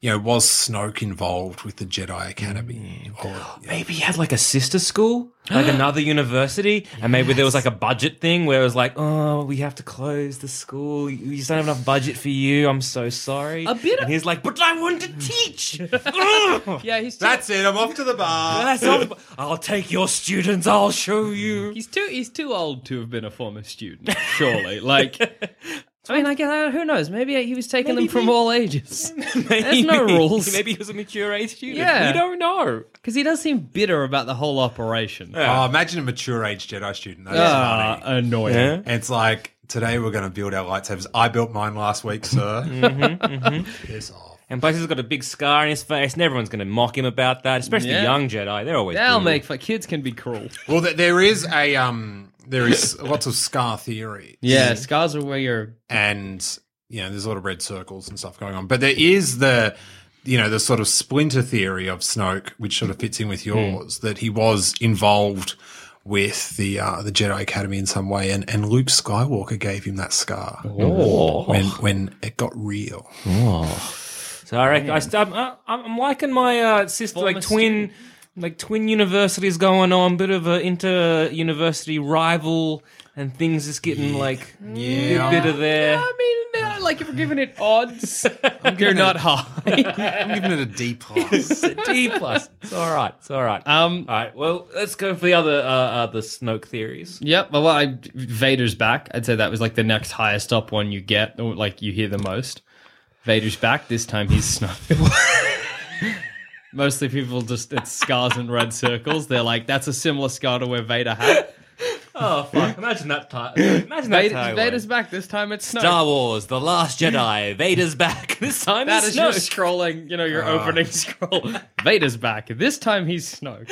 Speaker 4: you know, was Snoke involved with the Jedi Academy?
Speaker 3: Hmm.
Speaker 4: Or,
Speaker 2: Maybe he had like a sister school, like another university, and maybe there was like a budget thing where it was like, oh, we have to close the school. We just don't have enough budget for you. I'm so sorry.
Speaker 3: A bit of-
Speaker 2: and he's like, but I want to teach. Ugh.
Speaker 3: Yeah, he's too,
Speaker 4: That's it. I'm off to the bar.
Speaker 2: That's all- I'll take your students. I'll show you.
Speaker 3: he's too he's too old to have been a former student. Surely, like. I mean, I guess who knows? Maybe he was taking them from all ages. There's no
Speaker 2: Maybe-
Speaker 3: rules
Speaker 2: Maybe he was a mature age student.
Speaker 3: Yeah.
Speaker 2: We don't know.
Speaker 3: because he does seem bitter about the whole operation.
Speaker 4: Oh, imagine a mature age Jedi student. That is
Speaker 3: Ah,
Speaker 4: funny.
Speaker 3: annoying.
Speaker 4: And it's like, today we're going to build our lightsabers. I built mine last week, sir. Piss off.
Speaker 2: And plus, he's got a big scar in his face, and everyone's going to mock him about that, especially
Speaker 3: Yeah.
Speaker 2: young Jedi. They're always.
Speaker 3: They'll
Speaker 2: brutal.
Speaker 3: make for kids can be cruel.
Speaker 4: Well, th- there is a, um, there is lots of scar theory.
Speaker 3: Yeah, scars are where you're.
Speaker 4: and you know there's a lot of red circles and stuff going on but there is the you know the sort of splinter theory of snoke which sort of fits in with yours that he was involved with the uh, the jedi academy in some way and and luke skywalker gave him that scar when when it got real
Speaker 2: So I reckon I st- I'm, uh, I'm liking my uh, sister, like twin, like twin universities going on, bit of a inter-university rival, and things just getting like
Speaker 4: Yeah.
Speaker 2: a bit of there.
Speaker 3: Ah, I mean, uh, like if we're giving it odds, you're not high.
Speaker 4: i'm giving it a d plus
Speaker 2: D plus. It's all right. It's all right.
Speaker 3: um,
Speaker 2: all right. Well, let's go for the other uh, uh, the Snoke theories.
Speaker 3: Yep. Well, I, Vader's back. I'd say that was like the next highest up one you get, or like you hear the most. Vader's back. This time he's Snoke. Mostly people just it's scars and red circles. They're like that's a similar scar to where Vader had.
Speaker 2: Oh fuck! Imagine that title. Imagine that
Speaker 3: Vader,
Speaker 2: title.
Speaker 3: Vader's back. This time it's Snoke.
Speaker 2: Star Wars: The Last Jedi. Vader's back. This time
Speaker 3: That
Speaker 2: it's
Speaker 3: is your
Speaker 2: Snoke.
Speaker 3: scrolling. You know your
Speaker 2: Ah.
Speaker 3: opening scroll. Vader's back. This time he's Snoke.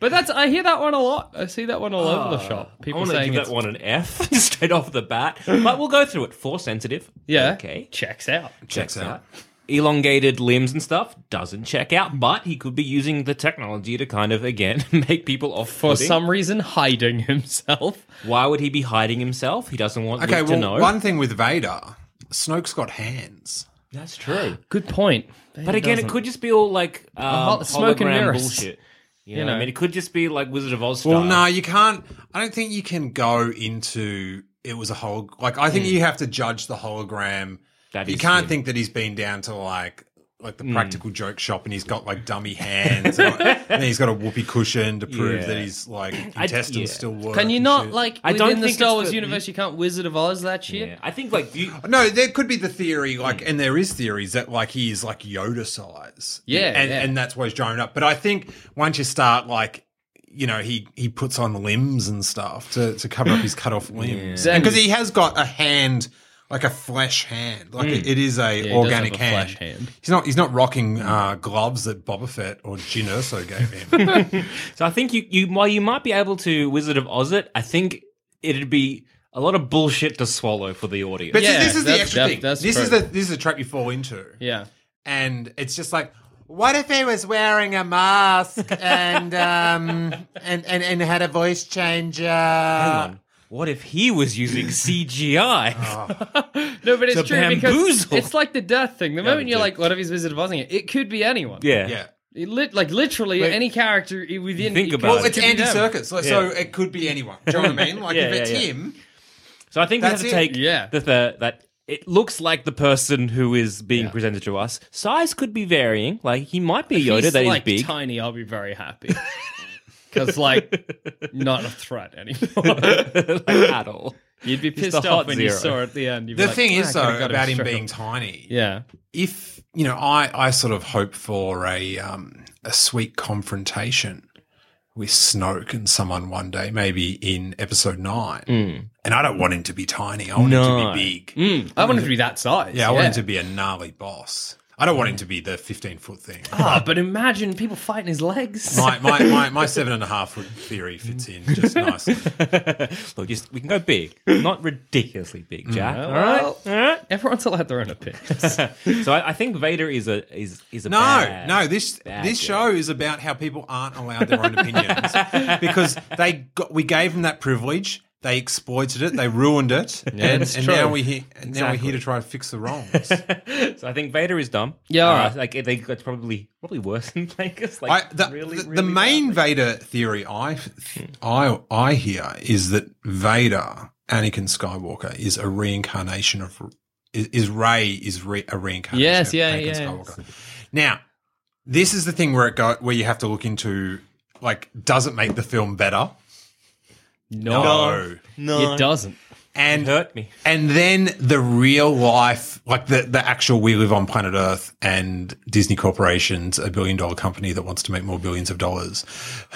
Speaker 3: but that's I hear that one a lot. I see that one all over the shop.
Speaker 2: Ah. I
Speaker 3: People
Speaker 2: want to
Speaker 3: saying
Speaker 2: give
Speaker 3: it's,
Speaker 2: that one an F straight off the bat, but we'll go through it. Force sensitive.
Speaker 3: yeah.
Speaker 2: Okay.
Speaker 3: Checks out.
Speaker 4: checks out
Speaker 2: elongated limbs and stuff doesn't check out, but he could be using the technology to kind of again make people off
Speaker 3: for some reason hiding himself.
Speaker 2: Why would he be hiding himself? He doesn't want
Speaker 4: okay
Speaker 2: Luke to know.
Speaker 4: well one thing with vader snoke's got hands
Speaker 2: That's true.
Speaker 3: Good point.
Speaker 2: But again, it could just be all like um,
Speaker 3: hol- smoke and
Speaker 2: hologram
Speaker 3: mirrors.
Speaker 2: bullshit. You,
Speaker 3: You
Speaker 2: know, what I
Speaker 3: know.
Speaker 2: mean, it could just be like Wizard of Oz style.
Speaker 4: Well, no, you can't. I don't think you can go into it was a whole. Like, I think you have to judge the hologram.
Speaker 2: Hmm. That
Speaker 4: you
Speaker 2: is
Speaker 4: can't
Speaker 2: him. Hmm.
Speaker 4: think that he's been down to like like the practical joke shop and he's got like dummy hands and, like, and he's got a whoopee cushion to prove
Speaker 2: Yeah.
Speaker 4: that he's like intestines
Speaker 2: yeah.
Speaker 4: still work.
Speaker 3: Can you
Speaker 4: and
Speaker 3: not
Speaker 4: shit.
Speaker 3: like
Speaker 2: I
Speaker 3: I
Speaker 2: don't
Speaker 3: within the
Speaker 2: think
Speaker 3: Star
Speaker 2: it's
Speaker 3: Wars
Speaker 2: the-
Speaker 3: universe? You can't Wizard of Oz that shit.
Speaker 2: Yeah, I think like you.
Speaker 4: No, there could be the theory, like,
Speaker 3: Hmm.
Speaker 4: and there is theories that like he is like Yoda size,
Speaker 3: Yeah,
Speaker 4: and
Speaker 3: yeah.
Speaker 4: and that's why he's growing up. But I think once you start like, you know, he he puts on limbs and stuff to to cover up his cut off limbs,
Speaker 3: Yeah.
Speaker 4: because he has got a hand. Like a flesh hand, like it- it is a
Speaker 3: Hmm. does
Speaker 4: organic
Speaker 3: have a
Speaker 4: hand.
Speaker 3: flesh hand. Hmm.
Speaker 4: He's not. He's not rocking uh, gloves that Boba Fett or Jyn Erso gave him.
Speaker 2: So I think you, you while you might be able to Wizard of Oz it, I think it'd be a lot of bullshit to swallow for the audience.
Speaker 4: But
Speaker 3: Yeah,
Speaker 4: this is the
Speaker 3: that's-
Speaker 4: extra
Speaker 3: that-
Speaker 4: thing.
Speaker 3: that's
Speaker 4: This is
Speaker 3: true.
Speaker 4: the this is a trap you fall into.
Speaker 3: Yeah.
Speaker 4: and it's just like what if he was wearing a mask and um and and, and had a voice changer
Speaker 2: Hang on. What if he was using CGI?
Speaker 4: Oh,
Speaker 3: No, but it's
Speaker 2: To
Speaker 3: true because
Speaker 2: bamboozle.
Speaker 3: it's like the death thing. The moment
Speaker 2: we
Speaker 3: you're
Speaker 2: do.
Speaker 3: like, what if he's Wizard of Oz? It It could be anyone.
Speaker 2: yeah.
Speaker 4: yeah
Speaker 3: It lit, like literally any character i- within.
Speaker 2: Think
Speaker 3: it could-
Speaker 2: about
Speaker 4: well
Speaker 2: it
Speaker 4: it's
Speaker 3: could be
Speaker 4: andy
Speaker 3: them.
Speaker 4: circus so, so it could be anyone do you know what i mean like
Speaker 2: Yeah,
Speaker 4: if it's
Speaker 2: yeah, yeah.
Speaker 4: him
Speaker 2: So I think
Speaker 4: That's
Speaker 2: we
Speaker 4: it.
Speaker 2: have to take
Speaker 3: Yeah.
Speaker 2: the, the, that it looks like the person who is being presented to us. Size could be varying. Like he might be
Speaker 3: If
Speaker 2: Yoda,
Speaker 3: he's,
Speaker 2: that is
Speaker 3: like,
Speaker 2: big.
Speaker 3: Tiny, I'll be very happy. Because like, not a threat anymore.
Speaker 2: like, at all.
Speaker 3: You'd be
Speaker 2: He's
Speaker 3: pissed
Speaker 2: the hot
Speaker 3: off when you
Speaker 2: zero.
Speaker 3: saw it at the end. You'd be
Speaker 4: the
Speaker 3: like,
Speaker 4: thing
Speaker 3: "Ah,
Speaker 4: is
Speaker 3: I could've
Speaker 4: though
Speaker 3: got
Speaker 4: about him
Speaker 3: straight
Speaker 4: being
Speaker 3: up."
Speaker 4: tiny
Speaker 3: Yeah.
Speaker 4: if you know i i sort of hope for a um a sweet confrontation with Snoke and someone one day, maybe in episode nine. And I don't want him to be tiny. I want him
Speaker 2: No.
Speaker 4: to be big.
Speaker 3: I wanted to be that size.
Speaker 4: Yeah, I want him to be a gnarly boss. I don't want him to be the 15 foot thing.
Speaker 3: Ah, but imagine people fighting his legs.
Speaker 4: My, my, my, my seven and a half foot theory fits in just nicely.
Speaker 2: Look, just we can go big, not ridiculously big, Jack. All right,
Speaker 3: Mm, Well, Everyone's allowed their own opinion.
Speaker 2: so I, I think Vader is a is is a
Speaker 4: No,
Speaker 2: bad-
Speaker 4: no. This
Speaker 2: bad
Speaker 4: this
Speaker 2: guy.
Speaker 4: show is about how people aren't allowed their own opinions because they got we gave them that privilege. They exploited it. They ruined it. and
Speaker 3: it's
Speaker 4: and
Speaker 3: true.
Speaker 4: now we he- and now we're here to try to fix the wrongs.
Speaker 2: So I think Vader is dumb. Uh,
Speaker 3: Yeah, all right.
Speaker 2: like they that's probably probably worse than Plagueis.
Speaker 4: I,
Speaker 2: Like
Speaker 4: the,
Speaker 2: really,
Speaker 4: the, the
Speaker 2: really
Speaker 4: main
Speaker 2: badly.
Speaker 4: Vader theory I, I I hear is that Vader, Anakin Skywalker, is a reincarnation of is, is Ray is re, a reincarnation.
Speaker 3: Yes,
Speaker 4: of
Speaker 3: yeah,
Speaker 4: Anakin
Speaker 3: yeah.
Speaker 4: Skywalker. Now, this is the thing where it go where you have to look into like does it make the film better? No.
Speaker 3: it doesn't.
Speaker 4: And
Speaker 2: hurt me.
Speaker 4: and then the real life, like the, the actual we live on planet Earth and Disney Corporation's a billion dollar company that wants to make more billions of dollars,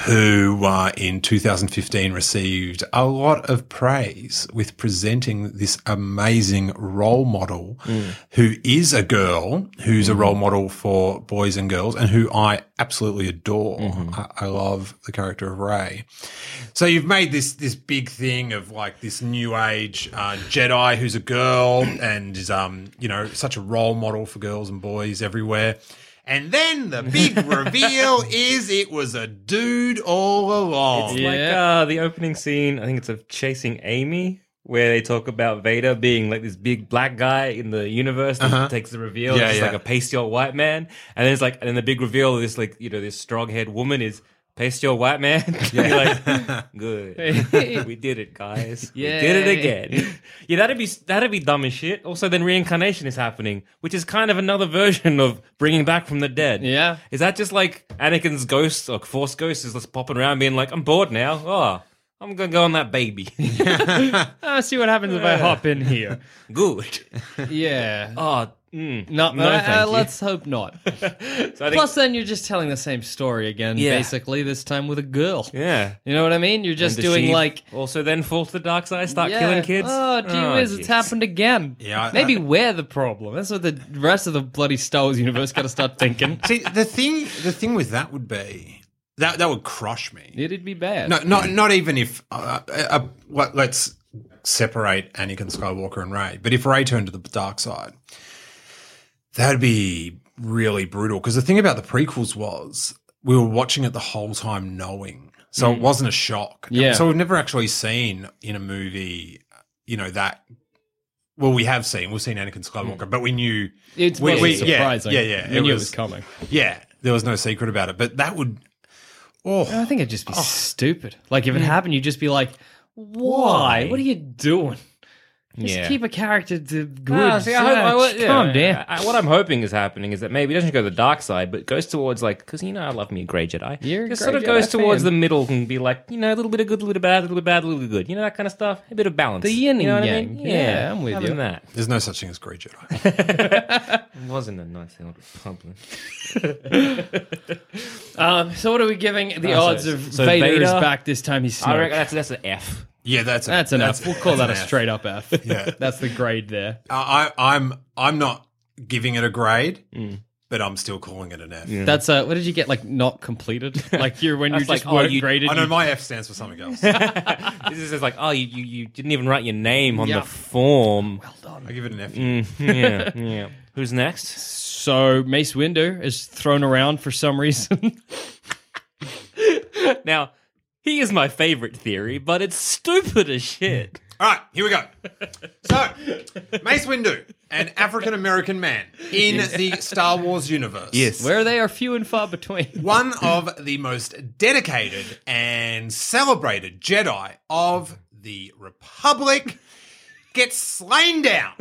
Speaker 4: who uh, in 2015 received a lot of praise with presenting this amazing role model
Speaker 2: Mm.
Speaker 4: who is a girl, who's
Speaker 2: Mm-hmm.
Speaker 4: a role model for boys and girls, and who I absolutely adore.
Speaker 2: Mm-hmm.
Speaker 4: I, I love the character of Ray. So you've made this this big thing of like this new age uh, Jedi who's a girl and is um you know such a role model for girls and boys everywhere. And then the big reveal is it was a dude all along.
Speaker 2: It's like uh, the opening scene. I think it's of chasing Amy, where they talk about Vader being like this big black guy in the universe that takes the reveal.
Speaker 4: Uh-huh. Yeah,
Speaker 2: Yeah,
Speaker 4: yeah.
Speaker 2: like a pasty old white man, and then it's like, and then the big reveal of this like you know this strong haired woman is. Pasty old white man. You're like, good. we did it, guys. We did it
Speaker 3: Yay.
Speaker 2: again. Yeah, that'd be that'd be dumb as shit. Also, then reincarnation is happening, which is kind of another version of bringing back from the dead.
Speaker 3: Yeah.
Speaker 2: Is that just like Anakin's ghost or Force ghost is just popping around being like, I'm bored now. Oh, I'm going to go on that baby.
Speaker 3: Ah, see what happens if I hop in here.
Speaker 2: Good.
Speaker 3: Yeah.
Speaker 2: Oh, mm.
Speaker 3: No,
Speaker 2: No,
Speaker 3: uh,
Speaker 2: thank
Speaker 3: uh,
Speaker 2: you.
Speaker 3: let's hope not.
Speaker 2: So I think,
Speaker 3: Plus, then you're just telling the same story again,
Speaker 2: Yeah.
Speaker 3: basically, this time with a girl.
Speaker 2: yeah.
Speaker 3: You know what I mean? You're just
Speaker 2: And does
Speaker 3: doing
Speaker 2: she
Speaker 3: like.
Speaker 2: Also, then fall to the dark side, start
Speaker 3: yeah.
Speaker 2: killing kids.
Speaker 3: Oh, gee whiz, it's
Speaker 2: jeez.
Speaker 3: happened again.
Speaker 4: Yeah, I-
Speaker 3: Maybe we're the problem. That's what the rest of the bloody Star Wars universe got to start thinking.
Speaker 4: See the thing the thing with that would be that that would crush me.
Speaker 3: It'd be bad.
Speaker 4: No, not not even if uh, uh, uh, let- let's separate Anakin Skywalker and Ray. But if Ray turned to the dark side, that'd be really brutal. Because the thing about the prequels was we were watching it the whole time, knowing, so it wasn't a shock.
Speaker 3: Mm. Yeah.
Speaker 4: So we've never actually seen in a movie, you know that. Well, we have seen we've seen Anakin Skywalker,
Speaker 3: Mm.
Speaker 4: but we knew
Speaker 3: It's
Speaker 4: we-
Speaker 3: wasn't
Speaker 4: we- yeah,
Speaker 3: surprising.
Speaker 4: Yeah, yeah,
Speaker 3: We knew it was coming.
Speaker 4: Yeah, there was no secret about it. But that would. Oh,
Speaker 3: I think it'd just be stupid. Like if it happened, you'd just be like, "Why? What are you doing? Just
Speaker 2: Yeah.
Speaker 3: keep a character to good.
Speaker 2: Ah, see, I hope-
Speaker 3: Yeah,
Speaker 2: I
Speaker 3: just
Speaker 2: would- yeah,
Speaker 3: calm down.
Speaker 2: I- I- what I'm hoping is happening is that maybe it doesn't go to the dark side, but goes towards like because you know I love me a Grey Jedi.
Speaker 3: You're a
Speaker 2: just
Speaker 3: Grey
Speaker 2: sort of goes
Speaker 3: Jedi
Speaker 2: towards
Speaker 3: fan.
Speaker 2: the middle and be like you know a little bit of good, a little bit of bad, a little bit of bad, a little bit of good. You know that kind of stuff. A bit of balance.
Speaker 3: The yin
Speaker 2: you know
Speaker 3: and
Speaker 2: what
Speaker 3: yang. Yeah, I'm with
Speaker 2: having
Speaker 3: you.
Speaker 2: That
Speaker 4: there's no such thing as Grey Jedi.
Speaker 2: it wasn't a nice old republic.
Speaker 3: Um, so what are we giving the
Speaker 2: Ah, so-
Speaker 3: odds of
Speaker 2: so
Speaker 3: Vader, is
Speaker 2: Vader-
Speaker 3: back this time? He's
Speaker 2: I
Speaker 3: Snoke.
Speaker 2: reckon that's that's an F.
Speaker 4: Yeah, that's a,
Speaker 3: That's an F.
Speaker 4: that's-
Speaker 3: We'll call
Speaker 4: that's
Speaker 3: that a
Speaker 4: an F.
Speaker 3: straight up F.
Speaker 4: Yeah.
Speaker 3: that's the grade there.
Speaker 4: I, I- I'm I'm not giving it a grade, but I'm still calling it an F. I
Speaker 3: That's uh, what did you get? Like not completed? Like you're when you
Speaker 2: That's
Speaker 3: just
Speaker 2: like, oh,
Speaker 3: weren't
Speaker 2: you-
Speaker 3: graded.
Speaker 4: know
Speaker 3: you-
Speaker 4: my F stands for something else.
Speaker 2: this is just like oh you, you you didn't even write your name on
Speaker 3: Yeah.
Speaker 2: the form.
Speaker 4: I give it an F.
Speaker 2: yeah, yeah. Who's next?
Speaker 3: so Mace Windu is thrown around for some reason.
Speaker 2: Now he is my favorite theory, but it's stupid as shit.
Speaker 4: All right, here we go. So, Mace Windu, an African American man in the Star Wars universe. Yes.
Speaker 3: Where they are few and far between.
Speaker 4: One of the most dedicated and celebrated Jedi of the Republic gets slain down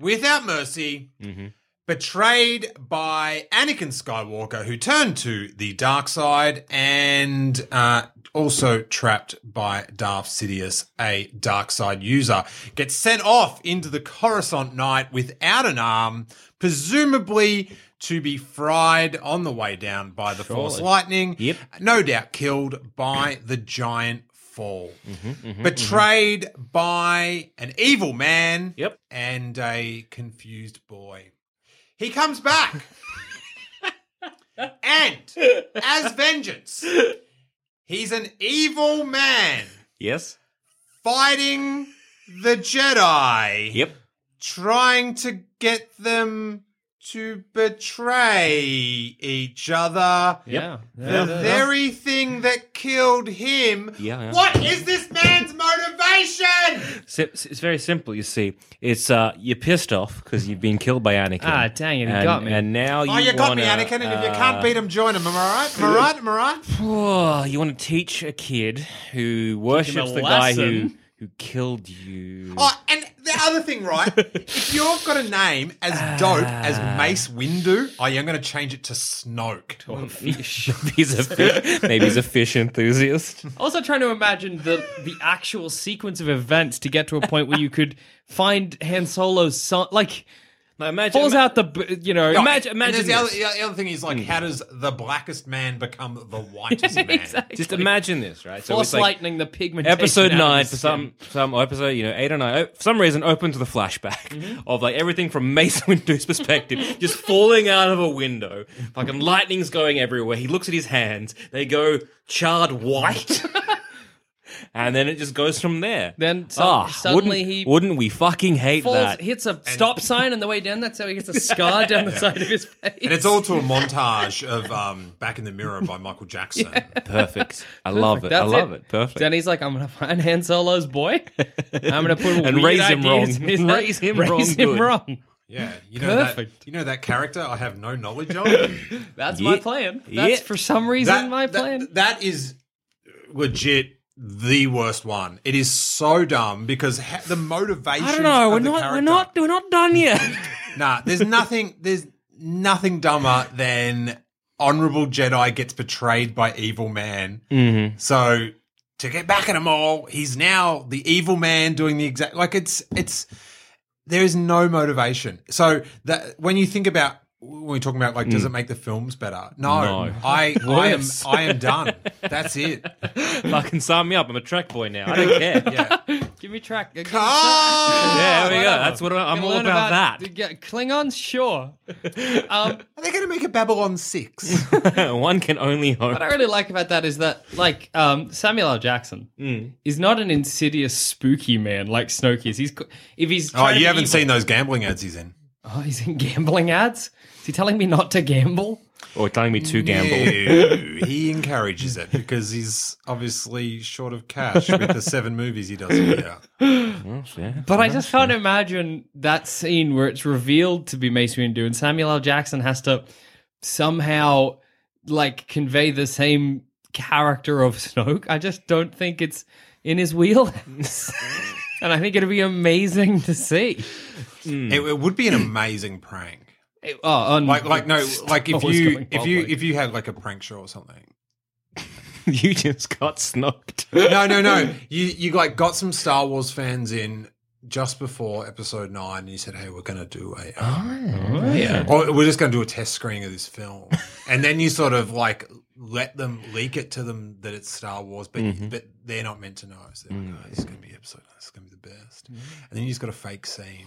Speaker 4: without mercy, betrayed by Anakin Skywalker, who turned to the dark side, and uh, also trapped by Darth Sidious, a dark side user, gets sent off into the Coruscant night without an arm, presumably to be fried on the way down by the Force Lightning.
Speaker 2: Yep.
Speaker 4: No doubt killed by the giant fall.
Speaker 2: Mm-hmm,
Speaker 4: Betrayed by an evil man
Speaker 2: Yep.
Speaker 4: and a confused boy. He comes back. and as vengeance, he's an evil man
Speaker 2: Yes.
Speaker 4: fighting the Jedi.
Speaker 2: Yep.
Speaker 4: Trying to get them to betray each other.
Speaker 3: Yeah.
Speaker 4: The very thing that killed him.
Speaker 2: Yeah, yeah.
Speaker 4: What is this man's motivation?
Speaker 2: Si- s- It's very simple, you see. It's uh, you're pissed off because you've been killed by Anakin.
Speaker 3: Ah, dang it, he
Speaker 2: and,
Speaker 3: got me.
Speaker 2: And now you
Speaker 4: oh, you got me,
Speaker 2: wanna,
Speaker 4: Anakin, and if you
Speaker 2: uh,
Speaker 4: can't beat him, join him. Am I right? Am I right? Am I right?
Speaker 2: Oh, you want to teach a kid who worships the guy who who killed you.
Speaker 4: Oh, and the other thing, right? if you've got a name as dope as
Speaker 2: Ah.
Speaker 4: Mace Windu, oh, yeah, I'm going to change it to Snoke.
Speaker 2: Fish. he's a fish. Maybe he's a fish enthusiast.
Speaker 3: Also, trying to imagine the the actual sequence of events to get to a point where you could find Han Solo's son, like
Speaker 2: Now imagine
Speaker 3: pulls out the b- you know.
Speaker 2: Imagine-
Speaker 4: And
Speaker 2: imagine
Speaker 4: there's the other,
Speaker 2: this.
Speaker 4: the other thing is like, how does the blackest man become the whitest man?
Speaker 2: Just imagine this, right? So
Speaker 3: Force
Speaker 2: it's like
Speaker 3: lightning the pigmentation.
Speaker 2: episode
Speaker 3: out of
Speaker 2: nine
Speaker 3: his
Speaker 2: for
Speaker 3: skin.
Speaker 2: some some episode, you know, eight or nine. oh, For some reason, open to the flashback of like everything from Mace Windu's perspective, just falling out of a window. Fucking lightning's going everywhere. He looks at his hands; they go charred white. And then it just goes from there.
Speaker 3: Then so-
Speaker 2: Ah,
Speaker 3: suddenly
Speaker 2: wouldn't,
Speaker 3: he-
Speaker 2: wouldn't we fucking hate
Speaker 3: Falls,
Speaker 2: that?
Speaker 3: hits a stop sign on the way down. That's how he gets a scar down the side of his face.
Speaker 4: And it's all to a montage of um, Back in the Mirror by Michael Jackson.
Speaker 2: Perfect. I love it. I
Speaker 3: That's
Speaker 2: love it. Perfect.
Speaker 3: Danny's like, I'm gonna find Han Solo's boy. I'm gonna put
Speaker 2: And
Speaker 3: weird
Speaker 2: raise him
Speaker 3: ideas
Speaker 2: wrong.
Speaker 3: in his head.
Speaker 2: Raise him
Speaker 3: raise
Speaker 2: wrong
Speaker 3: him
Speaker 2: good.
Speaker 3: wrong.
Speaker 4: Yeah, you know that.
Speaker 3: Perfect.
Speaker 4: You know that character I have no knowledge of.
Speaker 3: That's
Speaker 2: Yeah.
Speaker 3: my plan. That's
Speaker 2: Yeah.
Speaker 3: for some reason
Speaker 4: that,
Speaker 3: my
Speaker 4: that-
Speaker 3: plan.
Speaker 4: that is legit the worst one. It is so dumb because ha- the motivation.
Speaker 2: I don't know. We're not. We're not. We're not done yet.
Speaker 4: Nah, there's nothing. There's nothing dumber than honorable Jedi gets betrayed by evil man. Mm-hmm. So to get back at him all, he's now the evil man doing the exact like it's it's there is no motivation. So that when you think about when we're talking about like, does it make the films better? Mm. No,
Speaker 2: No.
Speaker 4: I I am
Speaker 2: Worse.
Speaker 4: I am done. That's it.
Speaker 2: Fucking sign me up. I'm a track boy now. I don't care.
Speaker 4: Yeah.
Speaker 3: Give me track.
Speaker 4: Ah!
Speaker 2: Yeah, there we go.
Speaker 3: whatever.
Speaker 2: That's what I- I'm
Speaker 3: Gonna
Speaker 2: all
Speaker 3: learn
Speaker 2: about, that.
Speaker 3: Yeah, Klingons, sure. Um,
Speaker 4: Are they going to make a Babylon Six?
Speaker 2: One can only hope.
Speaker 3: what I really like about that is that, like, um, Samuel L. Jackson is not an insidious, spooky man like Snoke is. He's co- if he's
Speaker 4: oh,
Speaker 3: trying to
Speaker 4: you
Speaker 3: be
Speaker 4: haven't
Speaker 3: evil-
Speaker 4: seen those gambling ads he's in.
Speaker 3: Oh, he's in gambling ads. Is he telling me not to gamble?
Speaker 2: Or Oh, telling me to gamble.
Speaker 4: No, he encourages it because he's obviously short of cash with the seven movies he does a year.
Speaker 2: Yeah.
Speaker 3: But I just can't imagine that scene where it's revealed to be Mace Windu and Samuel L. Jackson has to somehow like convey the same character of Snoke. I just don't think it's in his wheelhouse. and I think it'd be amazing to see.
Speaker 4: It, it would be an amazing prank.
Speaker 3: It- oh, on-
Speaker 4: Like, like no, like if
Speaker 3: Star Wars
Speaker 4: you
Speaker 3: going
Speaker 4: if you
Speaker 3: public.
Speaker 4: if you had like a prank show or something.
Speaker 2: you just got snubbed.
Speaker 4: No, no, no. You you like got some Star Wars fans in just before Episode Nine. And you said, "Hey, we're gonna do a, uh,
Speaker 2: yeah.
Speaker 4: or we're just gonna do a test screening of this film," and then you sort of like let them leak it to them that it's Star Wars, but but they're not meant to know. So they're like, oh, "This is gonna be Episode. Nine. This is gonna be the best." And then you just got a fake scene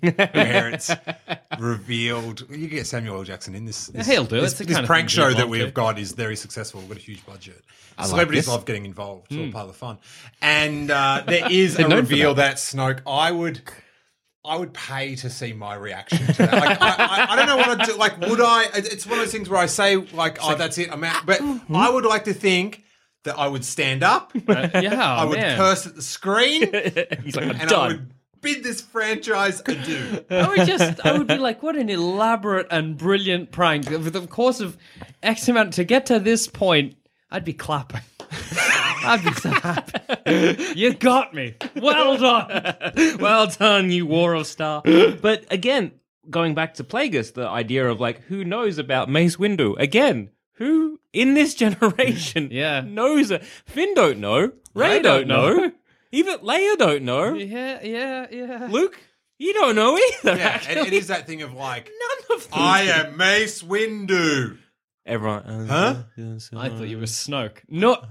Speaker 4: where it's revealed. You get Samuel L. Jackson in this. this
Speaker 3: He'll do it.
Speaker 4: This,
Speaker 3: It's the
Speaker 4: this
Speaker 3: kind of
Speaker 4: prank
Speaker 3: thing
Speaker 4: show
Speaker 3: people
Speaker 4: that
Speaker 3: want
Speaker 4: we've
Speaker 3: to.
Speaker 4: got is very successful. We've got a huge budget. Celebrities love getting involved.
Speaker 3: Hmm.
Speaker 4: It's all part of the fun. And uh, there is a reveal that Snoke. I would. I would pay to see my reaction to that. Like, I, I, I don't know what I'd do. Like, would I? it- It's one of those things where I say, like, oh, that's it, I'm out. But I would like to think that I would stand up,
Speaker 3: yeah,
Speaker 4: I would
Speaker 3: man.
Speaker 4: curse at the screen,
Speaker 2: He's like, I'm
Speaker 4: and I
Speaker 2: done.
Speaker 4: would bid this franchise adieu.
Speaker 3: I would just, I would be like, what an elaborate and brilliant prank. Over the course of X amount to get to this point, I'd be clapping. I'd be so happy. You got me. Well done.
Speaker 2: well done, you War of Star. But again, going back to Plagueis, the idea of like, who knows about Mace Windu? Again, who in this generation
Speaker 3: Yeah.
Speaker 2: knows? A- Finn don't know. Ray
Speaker 3: Rey
Speaker 2: don't
Speaker 3: don't
Speaker 2: know.
Speaker 3: know.
Speaker 2: Even Leia don't know.
Speaker 3: Yeah, yeah, yeah.
Speaker 2: Luke You don't know either.
Speaker 4: Yeah,
Speaker 2: actually.
Speaker 4: and it is that thing of like,
Speaker 2: None of them.
Speaker 4: I am Mace Windu.
Speaker 2: Everyone. uh,
Speaker 4: Huh?
Speaker 3: I thought you were Snoke. No,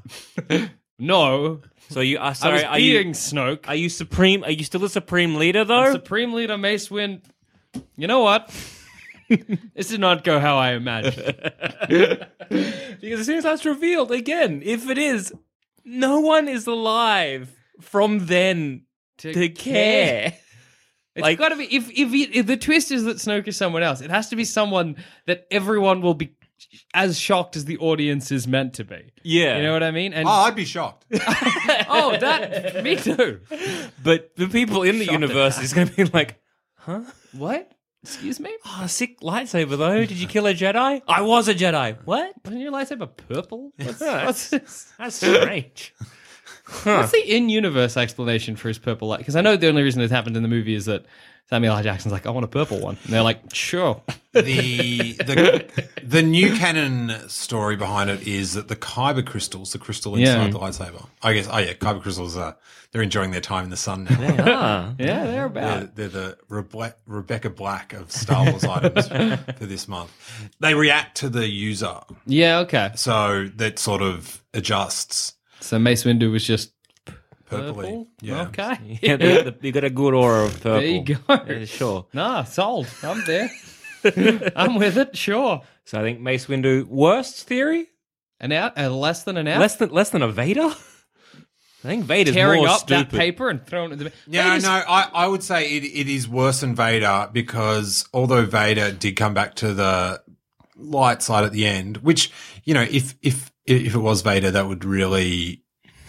Speaker 3: no.
Speaker 2: So you are
Speaker 3: I was
Speaker 2: sorry. Are
Speaker 3: being
Speaker 2: you,
Speaker 3: Snoke.
Speaker 2: are you supreme? Are you still the supreme leader though?
Speaker 3: Supreme Leader Mace Wind. You know what? this did not go how I imagined.
Speaker 2: Because as soon as that's revealed, again, if it is, no one is alive from then to, care.
Speaker 3: It's
Speaker 2: Like-
Speaker 3: got to be if if, it, if the twist is that Snoke is someone else, it has to be someone that everyone will be as shocked as the audience is meant to be.
Speaker 2: Yeah. Ah.
Speaker 3: You know what I mean? And
Speaker 4: Oh, I'd be shocked.
Speaker 3: oh, that me too.
Speaker 2: But the people in the universe is going to be like,
Speaker 3: What? Excuse me?
Speaker 2: oh, sick lightsaber though. Did you kill a Jedi? I was a Jedi. What?
Speaker 3: Wasn't your lightsaber purple? What's,
Speaker 2: Yeah.
Speaker 3: what's this?
Speaker 2: That's strange.
Speaker 3: What's the in-universe explanation for his purple light? Because I know the only reason it happened in the movie is that Samuel L. Jackson's like, I want a purple one, and they're like, sure.
Speaker 4: the the the new canon story behind it is that the kyber crystals, the crystal inside
Speaker 3: Yeah.
Speaker 4: the lightsaber. I guess. Oh yeah, kyber crystals are they're enjoying their time in the sun now. They're,
Speaker 3: Yeah, they're about.
Speaker 4: they're the Rebe- Rebecca Black of Star Wars items for this month. They react to the user,
Speaker 3: Yeah, okay.
Speaker 4: so that sort of adjusts
Speaker 3: So Mace Windu was just
Speaker 4: purpley.
Speaker 3: purple.
Speaker 4: Yeah.
Speaker 3: Okay.
Speaker 2: Yeah, they, got the- they got a good aura of purple.
Speaker 3: There you go.
Speaker 2: Yeah, sure.
Speaker 3: Nah, sold. I'm there. I'm with it. Sure.
Speaker 2: So I think Mace Windu worst theory
Speaker 3: An out, uh, less than an out.
Speaker 2: less than less than a Vader. I think Vader's
Speaker 3: tearing
Speaker 2: more
Speaker 3: up
Speaker 2: stupid.
Speaker 3: that paper and throwing it. In the...
Speaker 4: Yeah,
Speaker 3: Vader's-
Speaker 4: no, I, I would say it, it is worse than Vader because although Vader did come back to the light side at the end, which you know, if if if it was Vader, that would really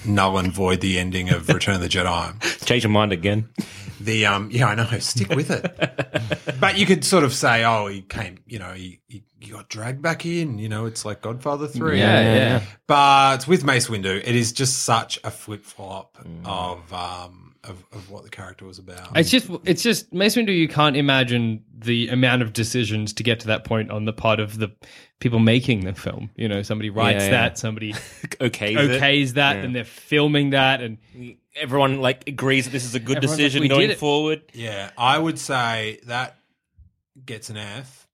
Speaker 4: null and void the ending of Return of the Jedi.
Speaker 2: Change your mind again.
Speaker 4: The um, yeah, I know, stick with it. but you could sort of say, oh, he came, you know, he, he he got dragged back in. You know, it's like Godfather three.
Speaker 3: Yeah, yeah.
Speaker 4: But with Mace Windu, it is just such a flip flop of um of, of what the character was about.
Speaker 3: It's just, it's just Mace Windu. You can't imagine the amount of decisions to get to that point on the part of the people making the film. You know, somebody writes
Speaker 2: yeah.
Speaker 3: that, somebody
Speaker 2: Okay. is it?
Speaker 3: okays that, and they're filming that, and
Speaker 2: Everyone like agrees that this is a good
Speaker 3: Everyone's like,
Speaker 2: decision
Speaker 3: "We did
Speaker 2: going
Speaker 3: it."
Speaker 2: forward.
Speaker 4: Yeah, I would say that gets an F,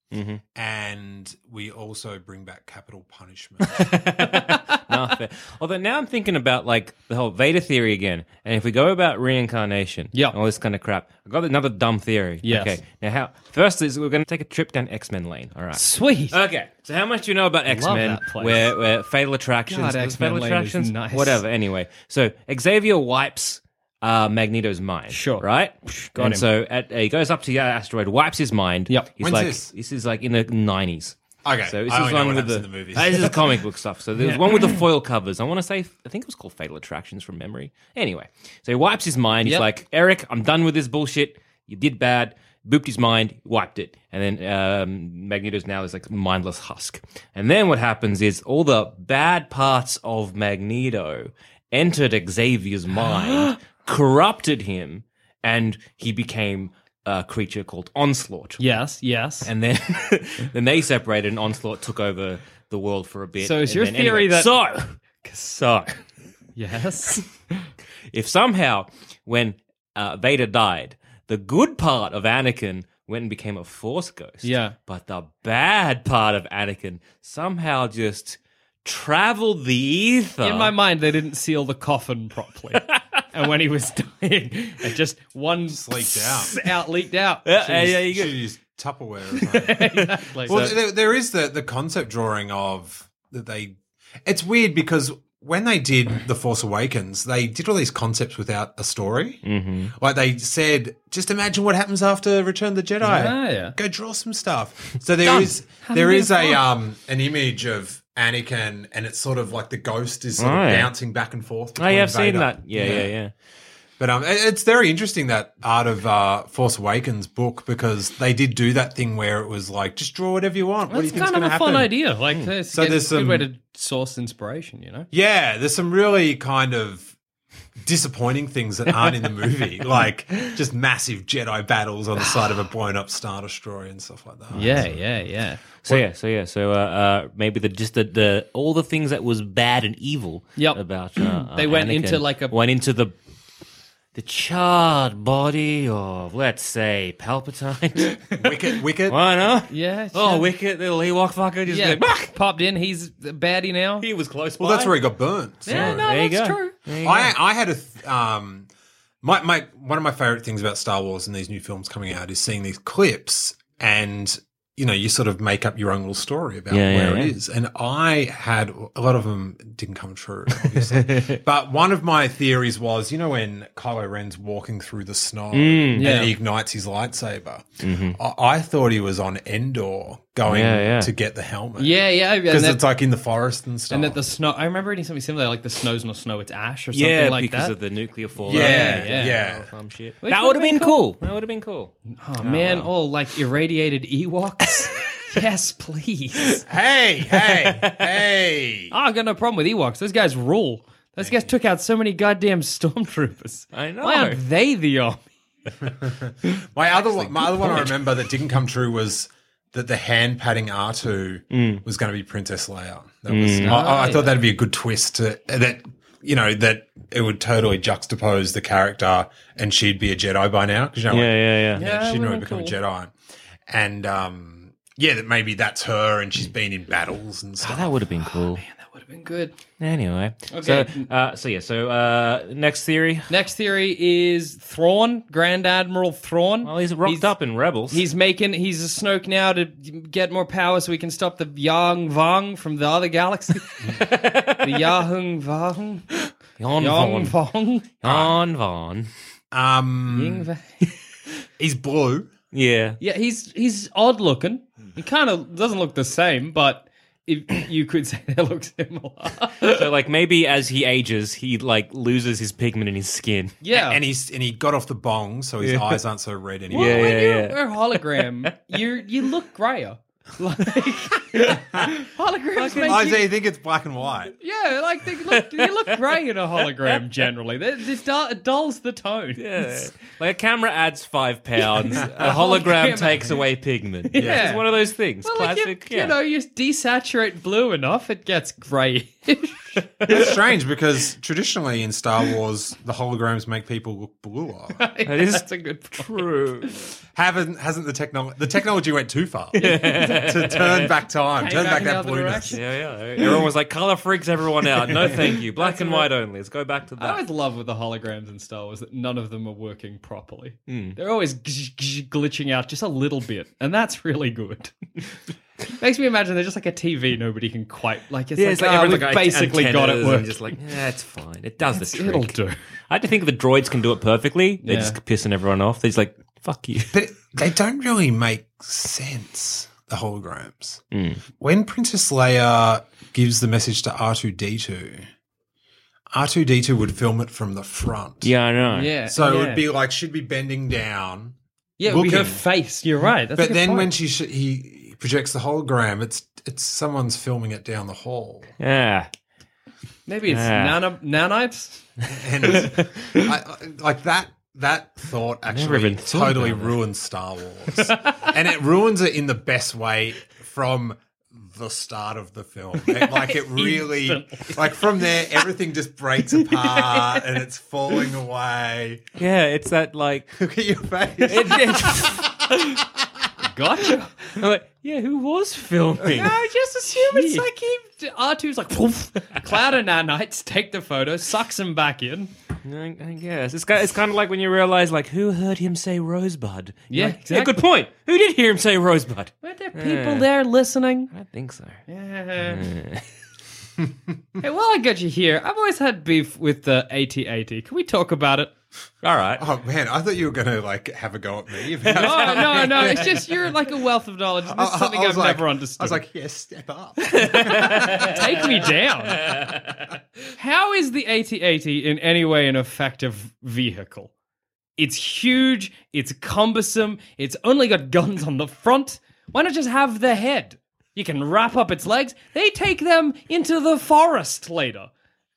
Speaker 4: and we also bring back capital punishment.
Speaker 2: no, fair. Although now I'm thinking about like the whole Vader theory again, and if we go about reincarnation,
Speaker 3: Yeah.
Speaker 2: and all this kind of crap. I got another dumb theory.
Speaker 3: Yes.
Speaker 2: Okay. Now, how first is we're going to take a trip down X Men lane. All right.
Speaker 3: sweet.
Speaker 2: Okay. So how much do you know about X Men?
Speaker 3: that place.
Speaker 2: Where, where Fatal Attractions,
Speaker 3: God,
Speaker 2: was it
Speaker 3: X-Men
Speaker 2: Fatal
Speaker 3: lane is
Speaker 2: Attractions,
Speaker 3: nice.
Speaker 2: whatever. Anyway, so Xavier wipes. Uh, Magneto's mind.
Speaker 3: Sure.
Speaker 2: Right?
Speaker 3: got
Speaker 2: and
Speaker 3: him.
Speaker 2: so at, he goes up to the asteroid, wipes his mind.
Speaker 3: Yep.
Speaker 2: He's
Speaker 4: When's
Speaker 2: like,
Speaker 4: this?
Speaker 2: is like in the 90s.
Speaker 4: Okay,
Speaker 2: So this
Speaker 4: I
Speaker 2: is
Speaker 4: only know
Speaker 2: one
Speaker 4: what
Speaker 2: with
Speaker 4: happens
Speaker 2: the,
Speaker 4: in the movies.
Speaker 2: Uh, this is comic book stuff. So there's one with the foil covers. I want to say I think it was called Fatal Attractions from memory. Anyway, so he wipes his mind. He's
Speaker 3: Yep.
Speaker 2: like, Eric, I'm done with this bullshit. You did bad. Booped his mind, wiped it, and then um, Magneto's now is like mindless husk. And then what happens is all the bad parts of Magneto entered Xavier's mind, corrupted him, and he became a creature called Onslaught.
Speaker 3: Yes, yes.
Speaker 2: And then then they separated and Onslaught took over the world for a bit.
Speaker 3: So is
Speaker 2: And
Speaker 3: your
Speaker 2: then-
Speaker 3: theory that-
Speaker 2: So So
Speaker 3: yes.
Speaker 2: if somehow when uh, Vader died, the good part of Anakin went and became a force ghost.
Speaker 3: Yeah.
Speaker 2: But the bad part of Anakin somehow just traveled the ether.
Speaker 3: In my mind, they didn't seal the coffin properly. and when he was dying, it just one
Speaker 4: leaked out.
Speaker 3: out leaked out.
Speaker 2: Yeah, yeah, yeah, you go.
Speaker 4: Should use Tupperware. Or something.
Speaker 3: Exactly.
Speaker 4: well,
Speaker 3: So-
Speaker 4: there, there is the the concept drawing of that they. It's weird because when they did the Force Awakens, they did all these concepts without a story. Mm-hmm. Like they said, just imagine what happens after Return of the Jedi.
Speaker 3: Ah, yeah.
Speaker 4: go draw some stuff. So there is there is a um an image of Anakin, and it's sort of like the ghost is sort
Speaker 2: Right.
Speaker 4: of bouncing back and forth.
Speaker 2: I have
Speaker 4: between
Speaker 2: seen
Speaker 4: Vader.
Speaker 2: that. Yeah, yeah, yeah.
Speaker 4: But um, it- it's very interesting that art of uh, Force Awakens book because they did do that thing where it was like just draw whatever you want. what do you
Speaker 3: That's
Speaker 4: think's
Speaker 3: kind of
Speaker 4: going
Speaker 3: a
Speaker 4: to happen?
Speaker 3: fun idea. Like, it's
Speaker 4: So
Speaker 3: a good
Speaker 4: there's some-
Speaker 3: way to source inspiration, you know?
Speaker 4: Yeah, there's some really kind of disappointing things that aren't in the movie, like just massive Jedi battles on the side of a blown up star destroyer and stuff like that.
Speaker 3: Yeah, yeah, yeah.
Speaker 2: So yeah, so yeah, so uh, uh, maybe the just the, the all the things that was bad and evil
Speaker 3: Yep.
Speaker 2: about uh,
Speaker 3: They
Speaker 2: uh,
Speaker 3: went
Speaker 2: Anakin
Speaker 3: into like a-
Speaker 2: went into the the charred body of, let's say, Palpatine.
Speaker 4: Wicket, Wicket.
Speaker 2: Why not?
Speaker 3: Yeah.
Speaker 2: Oh,
Speaker 3: sure.
Speaker 2: wicked little Ewok fucker just
Speaker 3: yeah.
Speaker 2: going, "Bah!"
Speaker 3: Popped in. He's a baddie now.
Speaker 2: He was close
Speaker 4: Well,
Speaker 2: by.
Speaker 4: that's where he got burnt.
Speaker 3: yeah, no,
Speaker 2: There you
Speaker 3: that's
Speaker 2: go.
Speaker 3: true.
Speaker 4: I, I had a th- um, my my one of my favorite things about Star Wars and these new films coming out is seeing these clips and you know you sort of make up your own little story about
Speaker 2: Yeah,
Speaker 4: where
Speaker 2: yeah,
Speaker 4: it
Speaker 2: yeah.
Speaker 4: is. And I had a lot of them didn't come true, obviously. but one of my theories was you know when Kylo Ren's walking through the snow
Speaker 3: Mm, yeah. Mm-hmm.
Speaker 4: and he ignites his lightsaber, I, I thought he was on Endor going
Speaker 2: Yeah, yeah.
Speaker 4: to get the helmet.
Speaker 3: Yeah, yeah. And
Speaker 4: Because
Speaker 3: that-
Speaker 4: it's like in the forest and stuff.
Speaker 3: And that the snow, I remember reading something similar, like the snow's not snow, it's ash or something
Speaker 2: yeah,
Speaker 3: like
Speaker 2: because
Speaker 3: that.
Speaker 2: of the nuclear fallout.
Speaker 4: yeah,
Speaker 3: yeah.
Speaker 4: yeah.
Speaker 2: Or some shit.
Speaker 3: Which
Speaker 2: that would have been cool. That would have been cool.
Speaker 3: oh, man, all like irradiated Ewoks. yes, please.
Speaker 4: Hey, hey, hey.
Speaker 3: Oh, I got no problem with Ewoks. Those guys rule. Those guys took out so many goddamn stormtroopers.
Speaker 2: I know.
Speaker 3: Why aren't they the army?
Speaker 4: My other one, my other one I remember that didn't come true was that the hand patting R2
Speaker 2: Mm.
Speaker 4: was going to be Princess Leia. That was I, I- I thought that'd be a good twist to that. You know that it would totally juxtapose the character, and she'd be a Jedi by now because you know
Speaker 2: Yeah, yeah, yeah.
Speaker 3: Yeah,
Speaker 4: she'd
Speaker 3: would've
Speaker 4: never
Speaker 3: been
Speaker 4: become a
Speaker 3: cool.
Speaker 4: Jedi, and um, yeah, that maybe that's her, and she's been in battles
Speaker 3: Ah,
Speaker 4: and stuff.
Speaker 2: That would have been cool.
Speaker 3: That would have been good.
Speaker 2: Anyway,
Speaker 3: Oh, Okay.
Speaker 2: so uh, so yeah, so uh, next theory.
Speaker 3: Next theory is Thrawn, Grand Admiral Thrawn.
Speaker 2: Well, he's rocked up in Rebels.
Speaker 3: He's making he's a Snoke now to get more power so we can stop the Yang Vong from the other galaxy. the Yahung Vong.
Speaker 2: Yon
Speaker 3: Yang
Speaker 2: Vaughn.
Speaker 3: Vong.
Speaker 2: Yon Vaughn. Hmm.
Speaker 4: Um,
Speaker 3: Ying Vong.
Speaker 4: he's blue.
Speaker 2: Yeah.
Speaker 3: Yeah, he's he's odd looking. He kind of doesn't look the same, but if you could say they look similar.
Speaker 2: So like maybe as he ages, he like loses his pigment in his skin.
Speaker 3: yeah.
Speaker 4: and he's and he got off the bong, so his eyes aren't so red anymore.
Speaker 3: well,
Speaker 2: Yeah,
Speaker 3: when
Speaker 2: yeah,
Speaker 3: you're
Speaker 2: yeah.
Speaker 3: a hologram, you you look grayer. Like holograms make
Speaker 4: I
Speaker 3: you-
Speaker 4: see, you think it's black and white.
Speaker 3: Yeah, like they look, they look grey in a hologram generally. They- It, dull- it dulls the tone.
Speaker 2: Yeah. Like a camera adds five pounds, a hologram
Speaker 3: Hologram.
Speaker 2: takes away pigment.
Speaker 3: Yeah.
Speaker 2: It's one of those things.
Speaker 3: Well, like
Speaker 2: Classic.
Speaker 3: you,
Speaker 2: yeah.
Speaker 3: you know, you desaturate blue enough, it gets grey.
Speaker 4: It's strange because traditionally in Star Wars, the holograms make people look bluer.
Speaker 2: That is
Speaker 3: That's a good point.
Speaker 2: true.
Speaker 4: Haven't hasn't the technology? The technology went too far to turn back time, turn
Speaker 3: back
Speaker 4: back,
Speaker 3: in the
Speaker 4: that
Speaker 3: other
Speaker 4: blueness.
Speaker 3: direction.
Speaker 2: Yeah, yeah. Everyone was like, color freaks everyone out. No, thank you. Black and white only. Let's go back to
Speaker 3: I
Speaker 2: that.
Speaker 3: always love with the holograms in Star Wars that none of them are working properly. They're always gzz, gzz, glitching out just a little bit, and that's really good. Makes me imagine they're just like a TV nobody can quite like. It's like, "Ah, we've basically got it working.
Speaker 2: Just like, yeah, it's fine. It does the trick.
Speaker 3: It'll do.
Speaker 2: I had to think the droids can do it perfectly. They're
Speaker 3: Yeah.
Speaker 2: just pissing everyone off. They're just like, fuck you.
Speaker 4: But they don't really make sense. The holograms. When Princess Leia gives the message to R two D two, R two D two would film it from the front.
Speaker 2: Yeah, I know.
Speaker 3: Yeah.
Speaker 4: So
Speaker 3: yeah.
Speaker 4: it would be like she'd be bending down,
Speaker 3: yeah, with her
Speaker 4: looking.
Speaker 3: face. You're right. That's a
Speaker 4: but
Speaker 3: good
Speaker 4: then
Speaker 3: point.
Speaker 4: when she sh- he projects the hologram, it's it's someone's filming it down the hall.
Speaker 2: Yeah.
Speaker 3: maybe it's
Speaker 2: Yeah.
Speaker 3: nano nanites.
Speaker 4: and I, I, like that that thought
Speaker 2: never
Speaker 4: actually
Speaker 2: even thought
Speaker 4: totally
Speaker 2: about
Speaker 4: ruins Star Wars, and it ruins it in the best way from the start of the film. It- like it really, like from there, everything just breaks apart and it's falling away.
Speaker 2: Yeah, it's that like.
Speaker 4: Look at your face.
Speaker 2: It- it-
Speaker 3: Gotcha.
Speaker 2: I'm like, yeah, who was filming?
Speaker 3: I just assume it's like he R2's like "Poof." cloud of nanites. Take the photo, sucks him back in.
Speaker 2: I, I guess it's kind, it's kind of like when you realize like who heard him say rosebud. You're
Speaker 3: Yeah,
Speaker 2: like,
Speaker 3: exactly.
Speaker 2: good point. Who did hear him say rosebud?
Speaker 3: Weren't there people there listening?
Speaker 2: I don't think so.
Speaker 3: hey, while I got you here, I've always had beef with the AT-AT. Can we talk about it?
Speaker 2: All right.
Speaker 4: Oh man, I thought you were gonna like have a go at me. About
Speaker 3: Oh no, no, it's just you're like a wealth of knowledge. This is something I've
Speaker 4: was like-
Speaker 3: never understood.
Speaker 4: I was like, yes, step up.
Speaker 3: take me down. How is the AT-80 in any way an effective vehicle? It's huge. It's cumbersome. It's only got guns on the front. Why not just have the head? You can wrap up its legs. They take them into the forest later.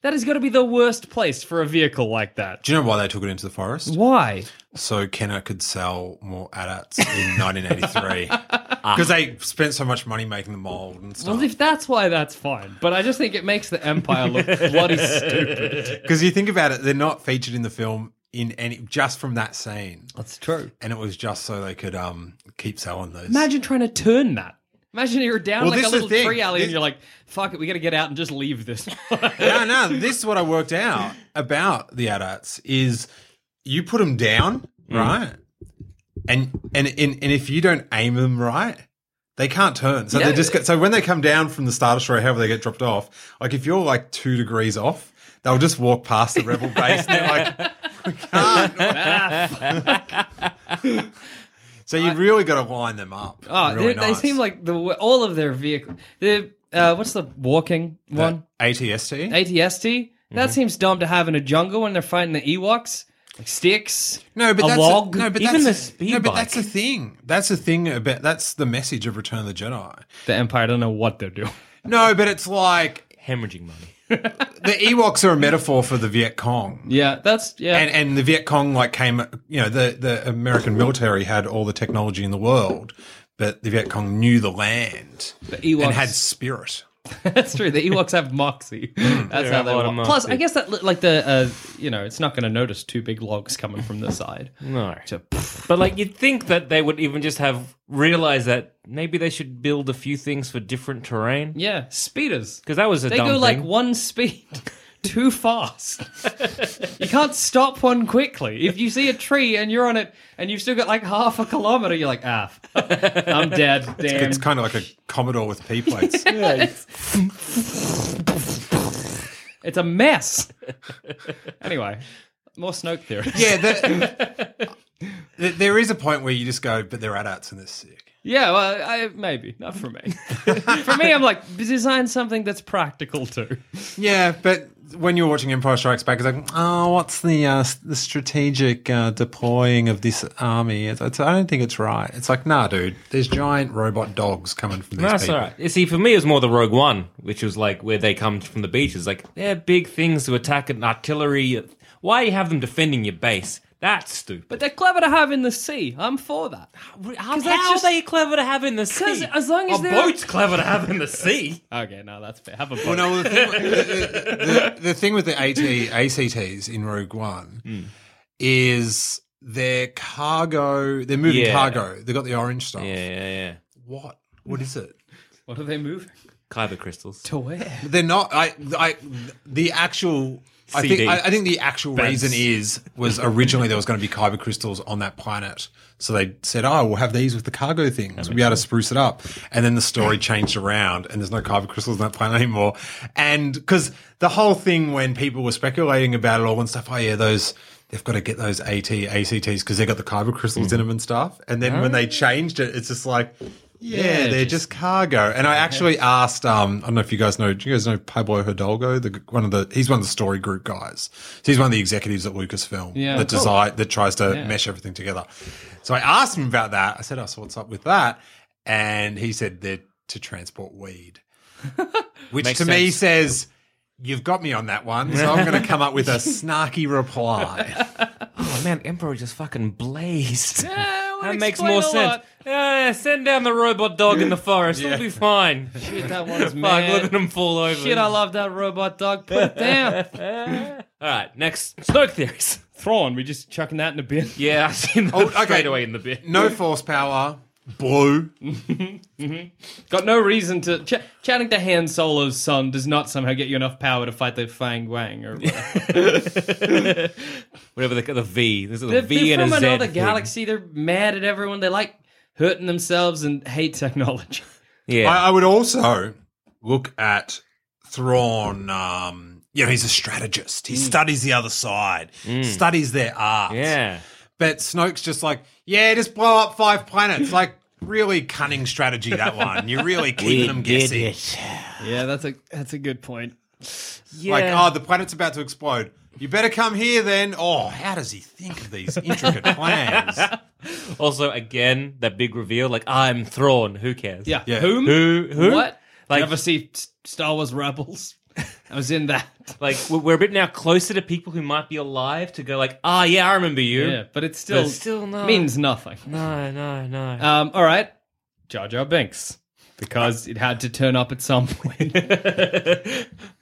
Speaker 3: That is going to be the worst place for a vehicle like that.
Speaker 4: Do you know why they took it into the forest?
Speaker 3: Why?
Speaker 4: so Kenner could sell more adats in 1983
Speaker 3: Ah.
Speaker 4: because they spent so much money making the mold and
Speaker 3: Well,
Speaker 4: stuff.
Speaker 3: if that's why, that's fine. But I just think it makes the Empire look bloody stupid.
Speaker 4: Because you think about it, they're not featured in the film in any just from that scene,
Speaker 3: That's true.
Speaker 4: and it was just so they could um keep selling those.
Speaker 3: Imagine trying to turn that. Imagine you're down
Speaker 4: Well,
Speaker 3: like
Speaker 4: this
Speaker 3: a
Speaker 4: is the
Speaker 3: little
Speaker 4: thing.
Speaker 3: tree alley
Speaker 4: This-
Speaker 3: and you're like, fuck it, we gotta get out and just leave this.
Speaker 4: no, no. This is what I worked out about the adults is you put them down,
Speaker 3: Mm.
Speaker 4: right? And and and, and if you don't aim them right, they can't turn. So
Speaker 3: Yeah.
Speaker 4: they just get, so when they come down from the starter destroyer, however they get dropped off, like if you're like two degrees off, they'll just walk past the rebel base and they're like. "We can't." so you really got to line them up.
Speaker 3: oh,
Speaker 4: really
Speaker 3: they, they
Speaker 4: nice.
Speaker 3: seem like the all of their vehicle. The uh, what's the walking
Speaker 4: The
Speaker 3: one?
Speaker 4: ATST.
Speaker 3: ATST. That seems dumb to have in a jungle when they're fighting the Ewoks, like sticks.
Speaker 4: No, but
Speaker 3: a
Speaker 4: that's
Speaker 3: log.
Speaker 4: A, no, but
Speaker 2: Even
Speaker 4: that's,
Speaker 2: the speed
Speaker 4: No, but
Speaker 2: bike.
Speaker 4: that's the thing. That's the thing about that's the message of Return of the Jedi.
Speaker 3: the Empire. I don't know what they're doing.
Speaker 4: No, but it's like
Speaker 2: Hemorrhaging money.
Speaker 4: the Ewoks are a metaphor for the Viet Cong.
Speaker 3: Yeah, that's yeah.
Speaker 4: And and the Viet Cong like came you know, the, the American military had all the technology in the world, but the Viet Cong knew the land
Speaker 3: the Ewoks.
Speaker 4: and had spirit.
Speaker 3: that's true. The Ewoks have moxie. That's how
Speaker 2: have
Speaker 3: they
Speaker 2: a lot of
Speaker 3: walk. Plus, I
Speaker 2: moxie.
Speaker 3: guess that li- like the uh, you know, it's not going to notice two big logs coming from the side.
Speaker 2: No.
Speaker 3: To-
Speaker 2: But like you'd think that they would even just have realized that maybe they should build a few things for different terrain.
Speaker 3: Yeah, speeders.
Speaker 2: Because that was a
Speaker 3: They
Speaker 2: dumb
Speaker 3: go like
Speaker 2: thing.
Speaker 3: one speed. Too fast. you can't stop one quickly. If you see a tree and you're on it and you've still got like half a kilometer, you're like, ah, I'm dead. Damn.
Speaker 4: It's kind of like a Commodore with P plates.
Speaker 3: It's a mess. anyway, more Snoke theory.
Speaker 4: Yeah, the- th- there is a point where you just go, but they're adults and they're sick.
Speaker 3: Yeah, well, I, maybe not for me. for me, I'm like design something that's practical too.
Speaker 4: Yeah, but when you're watching Empire Strikes Back, it's like, oh, what's the uh, s- the strategic uh, deploying of this army? It's, it's, I don't think it's right. It's like, nah, dude, there's giant robot dogs coming from these
Speaker 2: No, that's
Speaker 4: people.
Speaker 2: all right. You see, for me, it was more the Rogue One, which was like where they come from the beaches. Like they're big things to attack an artillery. Why you have them defending your base? That's stupid.
Speaker 3: But they're clever to have in the sea. I'm for that.
Speaker 2: How,
Speaker 3: that's
Speaker 2: how
Speaker 3: just-
Speaker 2: are they clever to have in the sea?
Speaker 3: 'Cause as long as
Speaker 2: a
Speaker 3: they're-
Speaker 2: boat's clever to have in the sea.
Speaker 3: Okay, no, that's fair. Have a boat.
Speaker 4: Well, no, the thing, the, the, the thing with the AT, ACTs in Rogue One
Speaker 2: Hmm.
Speaker 4: is their cargo, they're moving
Speaker 2: Yeah.
Speaker 4: cargo. They've got the orange stuff.
Speaker 2: Yeah, yeah, yeah.
Speaker 4: What? What is it?
Speaker 3: What are they moving
Speaker 2: Kyber crystals.
Speaker 3: to where?
Speaker 4: They're not. I. I. The actual. I think.
Speaker 2: CD.
Speaker 4: I, I think the actual
Speaker 2: Bands.
Speaker 4: reason is was originally there was going to be kyber crystals on that planet, so they said, "Oh, we'll have these with the cargo things. We'll be able to spruce it up." And then the story changed around, and there's no kyber crystals on that planet anymore. And because the whole thing when people were speculating about it all and stuff, oh yeah, those. They've got to get those AT ACTs because they've got the kyber crystals in them and stuff. And then when they changed it, it's just like, Oh. yeah, they're just, cargo. And I actually asked, um, I don't know if you guys know, do you guys know Pablo Hidalgo? The one of the he's one of the story group guys. So he's one of the executives at Lucasfilm
Speaker 3: Yeah,
Speaker 4: that
Speaker 3: cool.
Speaker 4: design that tries to mesh everything together. So I asked him about that. I said, Oh, so what's up with that? And he said they're to transport weed. Which to me says You've got me on that one, so I'm going to come up with a snarky reply.
Speaker 2: Oh man, Emperor just fucking blazed.
Speaker 3: Yeah,
Speaker 2: that makes more sense. Yeah, yeah, send down the robot dog in the forest. It'll be fine.
Speaker 3: Shit, that one's
Speaker 2: Fuck, look at
Speaker 3: mad.
Speaker 2: them fall over.
Speaker 3: Shit, I love that robot dog. Put it down.
Speaker 2: All right, next Snoke theories.
Speaker 3: Thrawn, we just chucking that in a bin.
Speaker 2: Yeah, I've seen that
Speaker 4: Oh, okay.
Speaker 2: straight away in the bit.
Speaker 4: No force power, blue.
Speaker 3: Got no reason to. Ch- chatting to Han Solo's son does not somehow get you enough power to fight the Fang Wang or whatever.
Speaker 2: Whatever they got the V. There's a
Speaker 3: They're,
Speaker 2: V
Speaker 3: they're
Speaker 2: and
Speaker 3: from
Speaker 2: a Z.
Speaker 3: another
Speaker 2: thing.
Speaker 3: galaxy. They're mad at everyone. They like hurting themselves and hate technology.
Speaker 2: Yeah.
Speaker 4: I, I would also look at Thrawn. Um, you know, he's a strategist.
Speaker 2: Mm.
Speaker 4: He studies the other side, studies their art.
Speaker 2: yeah.
Speaker 4: But Snoke's just like, yeah, just blow up five planets. Like, really cunning strategy, that one. You're really keeping them guessing.
Speaker 3: yeah, that's a that's a good point.
Speaker 4: Like, oh, the planet's about to explode. You better come here then. Oh, how does he think of these intricate plans?
Speaker 2: Also, again, that big reveal, like I'm Thrawn. Who cares?
Speaker 3: Yeah,
Speaker 4: Yeah.
Speaker 3: whom?
Speaker 2: Who? Who?
Speaker 3: What? Like,
Speaker 2: Like-
Speaker 3: you ever see S- Star Wars Rebels? I was in that.
Speaker 2: Like we're- we're a bit now closer to people who might be alive to go like, ah, yeah, I remember you.
Speaker 3: Yeah, but it still,
Speaker 2: But still no.
Speaker 3: means nothing.
Speaker 2: No, no, no.
Speaker 3: Um, all right, Jar Jar Binks, because it had to turn up at some point.
Speaker 2: Uh,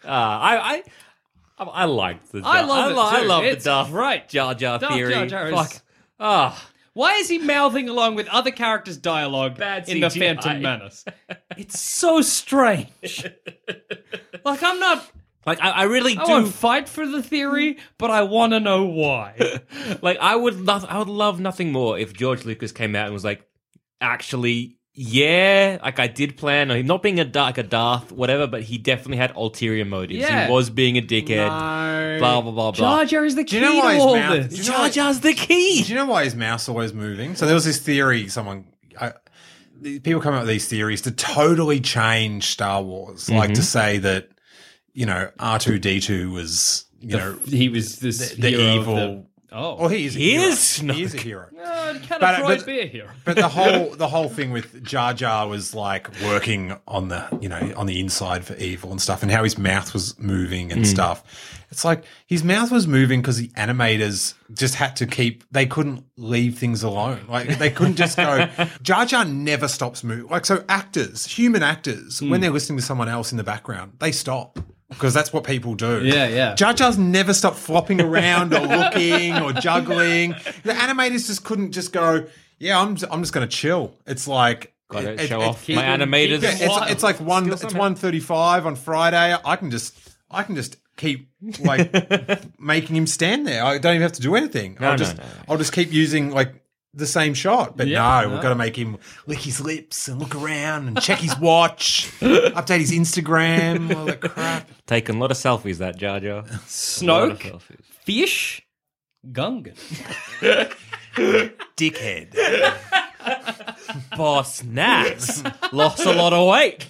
Speaker 2: I, I, I, I liked the.
Speaker 3: I
Speaker 2: Jar-
Speaker 3: love it
Speaker 2: lo- I
Speaker 3: too.
Speaker 2: love
Speaker 3: It's
Speaker 2: the Darth
Speaker 3: great.
Speaker 2: Jar Jar
Speaker 3: Darth
Speaker 2: theory.
Speaker 3: Jar Jar is-
Speaker 2: Fuck. Ah,
Speaker 3: Why is he mouthing along with other characters' dialogue
Speaker 2: Bad
Speaker 3: in the
Speaker 2: CGI.
Speaker 3: Phantom Menace? It's so strange. like I'm not.
Speaker 2: like I, I really
Speaker 3: I
Speaker 2: do.
Speaker 3: won't fight for the theory, but I want to know why.
Speaker 2: like I would love. I would love nothing more if George Lucas came out and was like, actually. Yeah, like I did plan on him not being a da- like a Darth, whatever, but he definitely had ulterior motives.
Speaker 3: Yeah.
Speaker 2: He was being a dickhead. Blah blah blah blah.
Speaker 3: Jar Jar is the key
Speaker 4: you know why
Speaker 3: to
Speaker 4: his
Speaker 3: all this.
Speaker 4: mouth- do you know
Speaker 2: Jar Jar's the key.
Speaker 4: Do you know why his mouth's always moving? So there was this theory. Someone, I, the- people come up with these theories to totally change Star Wars, like to say that you know R two D two was you know
Speaker 3: he was this
Speaker 4: the
Speaker 3: hero of
Speaker 4: evil.
Speaker 3: the- oh,
Speaker 4: Or he is. A
Speaker 2: He
Speaker 4: hero.
Speaker 2: is
Speaker 4: He is a hero.
Speaker 3: Uh, can
Speaker 4: But-
Speaker 3: a Freud
Speaker 4: but-
Speaker 3: be a hero?
Speaker 4: But the whole the whole thing with Jar Jar was like working on the you know on the inside for evil and stuff, and how his mouth was moving
Speaker 3: Hmm.
Speaker 4: and stuff. It's like his mouth was moving because the animators just had to keep. They couldn't leave things alone. Like they couldn't just go. Jar Jar never stops moving. Like so, actors, human actors,
Speaker 3: Hmm.
Speaker 4: when they're listening to someone else in the background, they stop. Because that's what people do.
Speaker 3: Yeah, yeah.
Speaker 4: Jar Jar's never stopped flopping around or looking or juggling. The animators just couldn't just go, yeah, I'm just, I'm just going to chill. It's like
Speaker 2: Gotta
Speaker 4: it- it-
Speaker 2: show
Speaker 4: it-
Speaker 2: off my
Speaker 3: keep it-
Speaker 2: animators.
Speaker 4: yeah, it's, it's like one. It's one thirty-five on Friday. I can just, I can just keep like making him stand there. I don't even have to do anything. I'll
Speaker 2: no,
Speaker 4: just,
Speaker 2: no, no.
Speaker 4: I'll just keep using like the same shot. But
Speaker 3: Yeah,
Speaker 4: no,
Speaker 3: no.
Speaker 4: we've got to make him lick his lips and look around and check his watch, update his Instagram, all that crap.
Speaker 2: Taking a lot of selfies, that Jar Jar.
Speaker 3: Snoke, fish, Gungan.
Speaker 4: Dickhead.
Speaker 2: Boss Nats lost a lot of weight.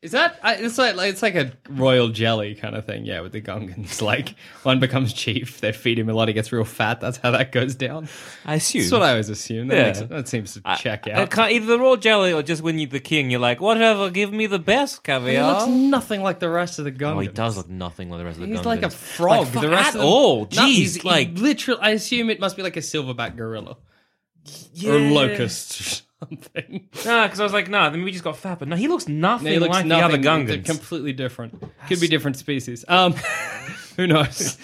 Speaker 3: Is that I- it's like, like it's like a royal jelly kind of thing? Yeah, with the Gungans, like one becomes chief, they feed him a lot, he gets real fat. That's how that goes down.
Speaker 2: I assume.
Speaker 3: That's what I always assume. That,
Speaker 2: Yeah.
Speaker 3: makes- that seems to check
Speaker 2: I
Speaker 3: out.
Speaker 2: can't, either the raw jelly or just when you're the king, you're like, whatever, give me the best
Speaker 3: He looks
Speaker 2: caviar.
Speaker 3: nothing like the rest of the Gungans.
Speaker 2: Oh, he does look nothing like the rest of the
Speaker 3: He's
Speaker 2: Gungans.
Speaker 3: like a frog.
Speaker 2: fuck
Speaker 3: the rest
Speaker 2: at
Speaker 3: of them-
Speaker 2: all.
Speaker 3: No, he's-
Speaker 2: Jeez,
Speaker 3: he
Speaker 2: like-
Speaker 3: literally. I assume it must be like a silverback gorilla or locust or something.
Speaker 2: No, because I was like, no, then we just got fat. But no, he looks nothing
Speaker 3: They look
Speaker 2: like the other
Speaker 3: They're
Speaker 2: Gungans.
Speaker 3: completely different. Could be different species. Um, who knows?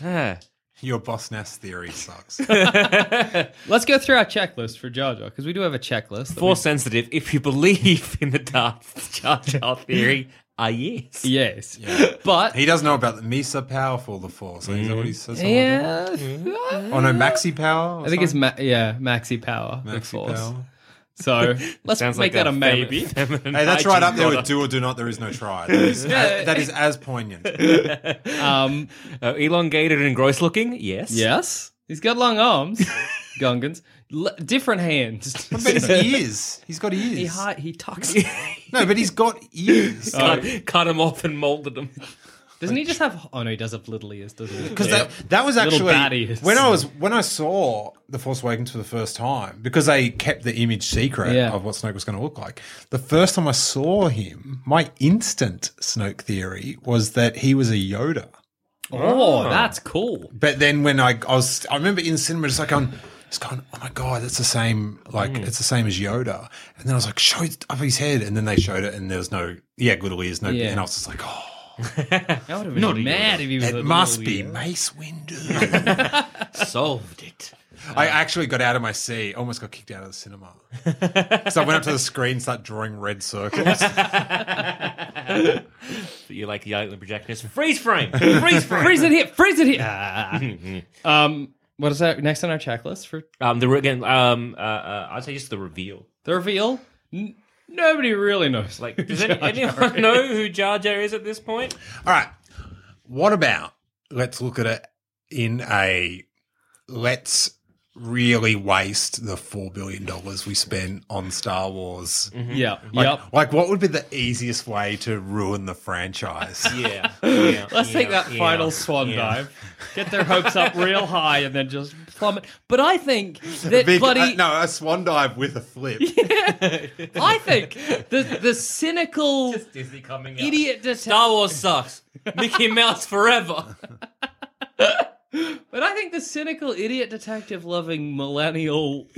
Speaker 2: Yeah.
Speaker 4: Your boss Nass theory sucks.
Speaker 3: Let's go through our checklist for Jar Jar because we do have a checklist. that
Speaker 2: Force sensitive, if you believe in the Darth Jar Jar theory, ah, yes.
Speaker 3: we- yes, but
Speaker 4: he does know about the Misa power for the Force. Is that what he says?
Speaker 3: Mm. yeah,
Speaker 4: Oh no, Maxi power. or
Speaker 3: I think it's
Speaker 4: something?
Speaker 3: ma- yeah maxi power. the
Speaker 4: Maxi
Speaker 3: Force.
Speaker 4: power.
Speaker 3: So let's
Speaker 2: Sounds like
Speaker 3: make that a
Speaker 2: fem-
Speaker 3: maybe.
Speaker 2: feminine
Speaker 4: Hey, that's
Speaker 2: hygiene
Speaker 4: right up there with
Speaker 2: product.
Speaker 4: do or do not. There is no try. That is, that is as poignant.
Speaker 3: Um,
Speaker 2: Uh, elongated and gross looking, yes.
Speaker 3: yes, he's got long arms, Gungans, L- different hands.
Speaker 4: What about his ears? He's got ears.
Speaker 3: He Oh, hi- he tucks.
Speaker 4: no, but he's got ears. Because
Speaker 2: Cut, Uh, cut him off and molded him.
Speaker 3: Doesn't he just have? Oh no, he does have little ears, doesn't he?
Speaker 4: that, that was
Speaker 3: Little bad
Speaker 4: actually
Speaker 3: ears.
Speaker 4: when I was when I saw the Force Awakens for the first time because they kept the image secret
Speaker 3: Yeah.
Speaker 4: of what Snoke was going to look like. The first time I saw him, my instant Snoke theory was that he was a Yoda.
Speaker 3: Oh, that's cool.
Speaker 4: But then when I, I was, I remember in cinema just like going, just going, oh my god, that's the same, like it's the same as Yoda. And then I was like, show it up his head, and then they showed it, and there was no, yeah, good ears, no,
Speaker 3: Yeah.
Speaker 4: and I was just like, oh,
Speaker 3: I would have been mad if he was. a
Speaker 4: it must
Speaker 3: little
Speaker 4: be
Speaker 3: ear.
Speaker 4: Mace Windu.
Speaker 2: Solved it.
Speaker 4: I actually got out of my seat, almost got kicked out of the cinema. so I went up to the screen, and started drawing red circles.
Speaker 2: But you like the projectionist. Freeze frame! Freeze frame!
Speaker 3: Freeze it here! Freeze it here! Ah. um, what is that next on our checklist for
Speaker 2: Um, the re- again, um, uh, uh, I'd say just the reveal.
Speaker 3: the reveal? N- nobody really knows.
Speaker 2: Like, does any, anyone know who Jar Jar is at this point?
Speaker 4: All right. What about let's look at it in a let's really waste the four billion dollars we spent on Star Wars.
Speaker 3: yeah,
Speaker 4: Like,
Speaker 3: yep.
Speaker 4: like what would be the easiest way to ruin the franchise?
Speaker 2: Yeah.
Speaker 3: Let's take that final swan dive. Get their hopes up real high and then just plummet. But I think that
Speaker 4: Big-
Speaker 3: bloody.
Speaker 4: uh, no, a swan dive with a flip.
Speaker 3: I think the the cynical
Speaker 2: Disney coming
Speaker 3: idiot detective.
Speaker 2: Star Wars sucks. Mickey Mouse forever.
Speaker 3: But I think the cynical idiot detective loving millennial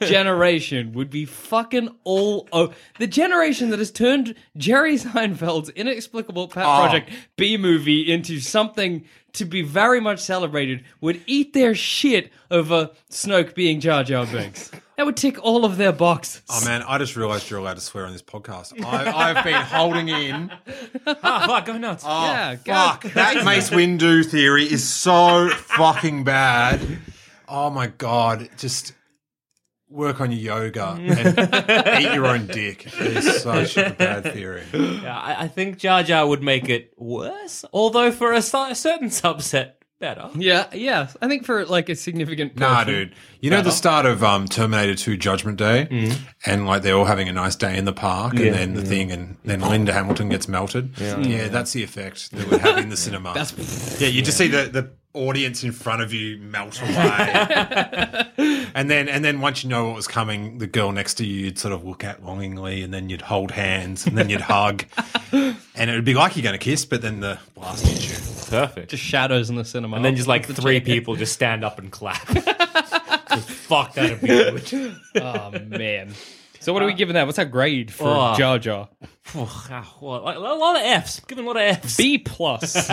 Speaker 3: generation would be fucking all over the generation that has turned Jerry Seinfeld's inexplicable pet
Speaker 2: Ah.
Speaker 3: project B movie into something to be very much celebrated would eat their shit over Snoke being Jar Jar Binks. that would tick all of their boxes.
Speaker 4: Oh man, I just realized you're allowed to swear on this podcast. I, I've been holding in.
Speaker 2: Ah, fuck, go nuts.
Speaker 3: yeah,
Speaker 4: Fuck, that Mace Windu theory is so fucking bad. Oh my god, just work on your yoga and eat your own dick. It is such a bad theory.
Speaker 2: Yeah, I, I think Jar Jar would make it worse, although for a, si- certain subset, better.
Speaker 3: Yeah, yeah. I think for like a significant
Speaker 4: Nah,
Speaker 3: portion-
Speaker 4: dude. You know the start of um, Terminator 2 Judgment Day? And like they're all having a nice day in the park and then the thing and then Linda Hamilton gets melted. Yeah, that's the effect that would have in the cinema. yeah, you just see the, the audience in front of you melt away. and then and then once you know what was coming, the girl next to you you'd sort of look at longingly and then you'd hold hands and then you'd hug. And it would be like you're gonna kiss, but then the blast hits you.
Speaker 2: Perfect.
Speaker 3: Just shadows in the cinema,
Speaker 2: and then just like three people just stand up and clap. 'Cause fuck, that would be good.
Speaker 3: Oh man. So what are we giving that? What's our grade for
Speaker 2: Oh.
Speaker 3: Jar Jar?
Speaker 2: Oh, ah, well, like, a lot of Fs. Given a lot of Fs.
Speaker 3: B plus.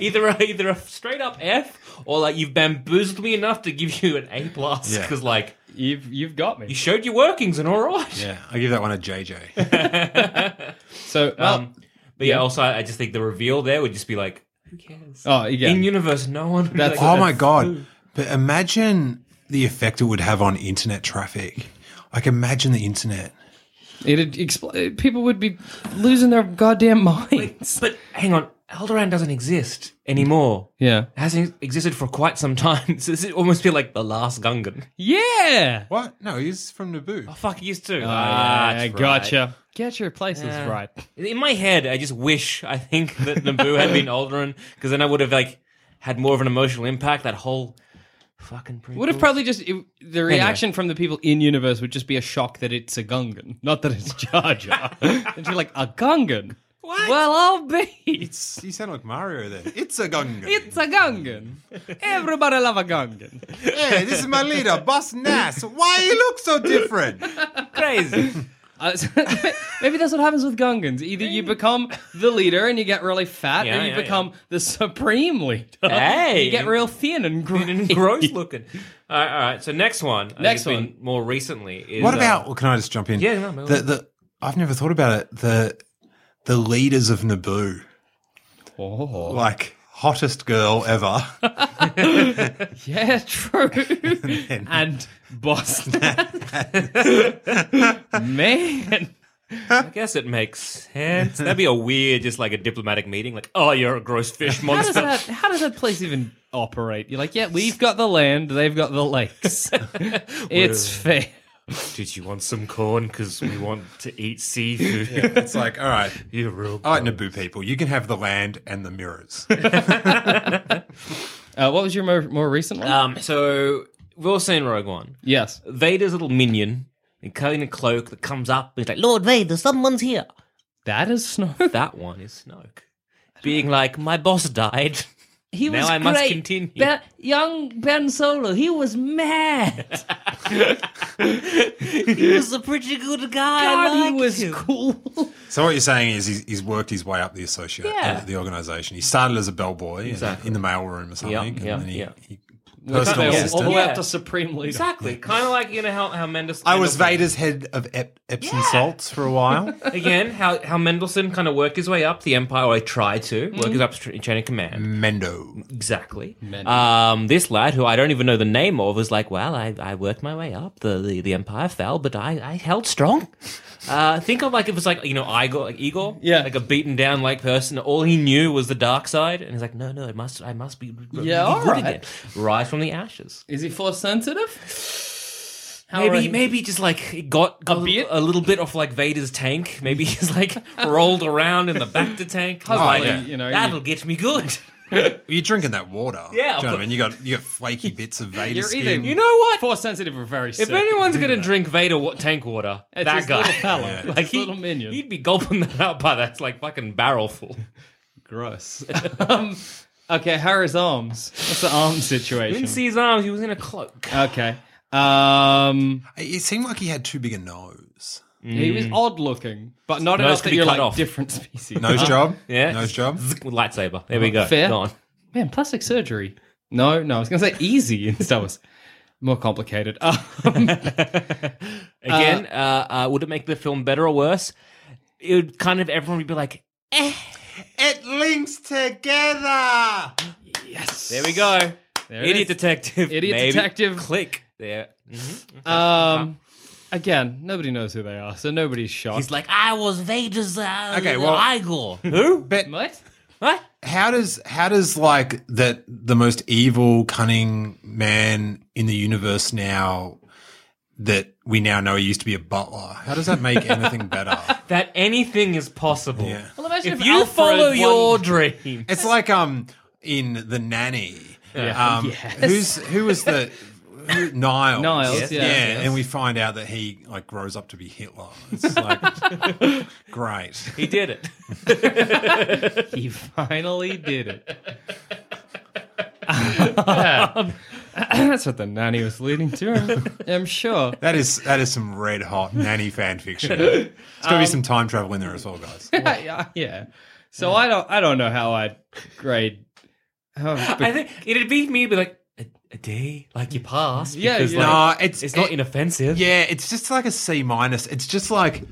Speaker 2: either a, either a straight up F or like you've bamboozled me enough to give you an A plus
Speaker 4: Yeah.
Speaker 2: because like
Speaker 3: you've you've got me.
Speaker 2: you showed your workings and all right.
Speaker 4: Yeah. I give that one a JJ.
Speaker 3: So um, well,
Speaker 2: But yeah, also I I just think the reveal there would just be like who cares?
Speaker 3: oh yeah.
Speaker 2: In universe, no one. would be
Speaker 3: That's-
Speaker 2: like,
Speaker 4: Oh my god! But imagine the effect it would have on internet traffic. Like imagine the internet.
Speaker 3: It'd expl- people would be losing their goddamn minds.
Speaker 2: But hang on, Alderaan doesn't exist anymore.
Speaker 3: Yeah.
Speaker 2: It hasn't existed for quite some time. So this would almost feel like the last Gungan.
Speaker 3: Yeah.
Speaker 4: What? No, he's from Naboo.
Speaker 2: Oh, fuck, he is too.
Speaker 3: Ah,
Speaker 2: Ah, that's right.
Speaker 3: gotcha. Get your places
Speaker 2: Yeah.
Speaker 3: right.
Speaker 2: In my head, I just wish I think that Naboo had been Alderaan because then I would have like had more of an emotional impact. That whole fucking prequel.
Speaker 3: Would have probably just it, the reaction from the people in universe would just be a shock that it's a Gungan, not that it's Jar Jar. and you're like a Gungan.
Speaker 2: What?
Speaker 3: Well, I'll be.
Speaker 4: It's you sound like Mario then. It's a Gungan.
Speaker 3: It's a Gungan. Everybody love a Gungan.
Speaker 4: hey, this is my leader, Boss Nass. Why you look so different?
Speaker 2: crazy.
Speaker 3: Uh, so- maybe that's what happens with Gungans. Either you become the leader and you get really fat,
Speaker 2: Yeah,
Speaker 3: or you
Speaker 2: yeah,
Speaker 3: become the supreme leader.
Speaker 2: Hey.
Speaker 3: you get real thin and green
Speaker 2: and gross looking. All right, all right. So next one. I
Speaker 3: Next
Speaker 2: think it's been More recently. Is,
Speaker 4: What
Speaker 2: uh,
Speaker 4: about? Well, can I just jump in?
Speaker 2: Yeah, no, no.
Speaker 4: The, the I've never thought about it. The the leaders of Naboo,
Speaker 3: Oh,
Speaker 4: like hottest girl ever.
Speaker 3: yeah, true. and Boston, man.
Speaker 2: I guess it makes sense. That'd be a weird, just like a diplomatic meeting. Like, oh, you're a gross fish
Speaker 3: How does
Speaker 2: monster.
Speaker 3: that? How does that place even operate? You're like, yeah, we've got the land, they've got the lakes. it's fair.
Speaker 2: Did you want some corn? Because we want to eat seafood.
Speaker 4: it's like, all right,
Speaker 2: You're real.
Speaker 4: all right, Naboo people, you can have the land and the mirrors.
Speaker 3: Uh, what was your more, more recent one?
Speaker 2: Um, so we've all seen Rogue One.
Speaker 3: yes.
Speaker 2: Vader's little minion, in a cloak that comes up and he's like, Lord Vader, someone's here.
Speaker 3: That is snow.
Speaker 2: That one is Snoke. Being like, my boss died.
Speaker 3: He
Speaker 2: Now I must continue.
Speaker 3: Ben- young Ben Solo, he was mad.
Speaker 2: he was a pretty good guy. I
Speaker 3: God, he
Speaker 2: liked
Speaker 3: was
Speaker 2: him.
Speaker 3: cool.
Speaker 4: So what you're saying is he's, he's worked his way up the associate,
Speaker 2: Yeah.
Speaker 4: uh, the organisation. He started as a bellboy in- in the mailroom or something,
Speaker 2: Yeah,
Speaker 4: and
Speaker 2: yeah,
Speaker 4: then he,
Speaker 2: yeah.
Speaker 4: he personal
Speaker 3: all the
Speaker 4: assistant.
Speaker 3: way
Speaker 2: Yeah.
Speaker 3: up to Supreme Leader.
Speaker 2: Exactly. Kind of like, you know, how, how Mendelssohn.
Speaker 4: I was Vader's head of Ep- Epsom salts for a while.
Speaker 2: Again, how, how Mendelssohn kind of worked his way up the Empire, or tried to work his up to tr- chain of command.
Speaker 4: Mendo.
Speaker 2: Exactly. Um, this lad, who I don't even know the name of, was like, "Well, I, I worked my way up. The, the the empire fell, but I, I held strong." Uh, think of like it was like you know Igor, like Igor,
Speaker 3: Yeah.
Speaker 2: like a beaten down like person. All he knew was the dark side, and he's like, "No, no, it must, I must be, r-
Speaker 3: Yeah,
Speaker 2: be
Speaker 3: all
Speaker 2: good
Speaker 3: right.
Speaker 2: again, rise from the ashes."
Speaker 3: Is he force sensitive? How
Speaker 2: Maybe,
Speaker 3: are he-
Speaker 2: maybe just like it got, got a,
Speaker 3: bit?
Speaker 2: a little bit off like Vader's tank. Maybe he's like rolled around in the back to tank. He's like,
Speaker 3: yeah. you know,
Speaker 2: that'll get me good.
Speaker 4: You're drinking that water.
Speaker 2: Yeah,
Speaker 4: Do you know what I
Speaker 2: but-
Speaker 4: mean? You got you got flaky bits of Vader
Speaker 3: You're either
Speaker 4: skin.
Speaker 2: You know what?
Speaker 3: force sensitive or very
Speaker 2: If
Speaker 3: sick.
Speaker 2: anyone's going to drink Vader wa- tank water,
Speaker 3: It's
Speaker 2: that
Speaker 3: his
Speaker 2: guy.
Speaker 3: little fella. It's
Speaker 2: like
Speaker 3: his
Speaker 2: he,
Speaker 3: little minion.
Speaker 2: He'd be gulping that up by that's like fucking barrel full.
Speaker 3: Gross. um, Okay, how are his arms? What's the arm situation?
Speaker 2: didn't see his arms. He was in a cloak.
Speaker 3: Okay. Um,
Speaker 4: It seemed like he had too big a nose.
Speaker 3: he was odd looking, but not
Speaker 2: Nose
Speaker 3: enough
Speaker 2: could
Speaker 3: that
Speaker 2: be
Speaker 3: you're
Speaker 2: cut
Speaker 3: like
Speaker 2: off.
Speaker 3: different species.
Speaker 4: Nose job?
Speaker 2: Yeah.
Speaker 4: Nose job?
Speaker 2: With lightsaber. There we go.
Speaker 3: Fair. Uh,
Speaker 2: Go on.
Speaker 3: Man, plastic surgery. No, no, I was going to say easy in Star Wars. More complicated. Um,
Speaker 2: Again, uh, uh, would it make the film better or worse? It would kind of everyone would be like, "Eh."
Speaker 4: It links together.
Speaker 3: yes.
Speaker 2: there we go.
Speaker 3: There it
Speaker 2: Idiot
Speaker 3: is.
Speaker 2: detective.
Speaker 3: Idiot
Speaker 2: maybe.
Speaker 3: detective.
Speaker 2: Click. There. Mhm.
Speaker 3: Um, again, nobody knows who they are, so nobody's shocked.
Speaker 2: He's like, I was Vader's uh,
Speaker 4: Okay, well-
Speaker 2: Igor. Who?
Speaker 4: But
Speaker 3: what?
Speaker 2: What?
Speaker 4: how does how does like that the most evil, cunning man in the universe now that we now know he used to be a butler? How does that make anything better?
Speaker 2: That anything is possible.
Speaker 4: Yeah.
Speaker 3: Well, imagine
Speaker 2: If you follow your dream.
Speaker 4: It's like um in the nanny.
Speaker 3: Yeah.
Speaker 4: Um,
Speaker 3: Yes.
Speaker 4: Who's who was the who, Niles?
Speaker 3: Niles,
Speaker 4: yeah,
Speaker 3: Yes. yes.
Speaker 4: and we find out that he like grows up to be Hitler. It's like great.
Speaker 2: He did it.
Speaker 3: He finally did it. Um, That's what the nanny was leading to, I'm- I'm sure.
Speaker 4: That is that is some red hot nanny fan fiction. There's got to be some time travel in there as well, guys.
Speaker 3: yeah. yeah. So I don't I don't know how I'd grade how,
Speaker 2: I think it'd be me be like a, a day like you passed.
Speaker 3: Yeah,
Speaker 2: because,
Speaker 3: yeah.
Speaker 2: like,
Speaker 4: Nah, it's
Speaker 2: it's not
Speaker 4: it-
Speaker 2: inoffensive.
Speaker 4: Yeah, it's just like a C minus. It's just like,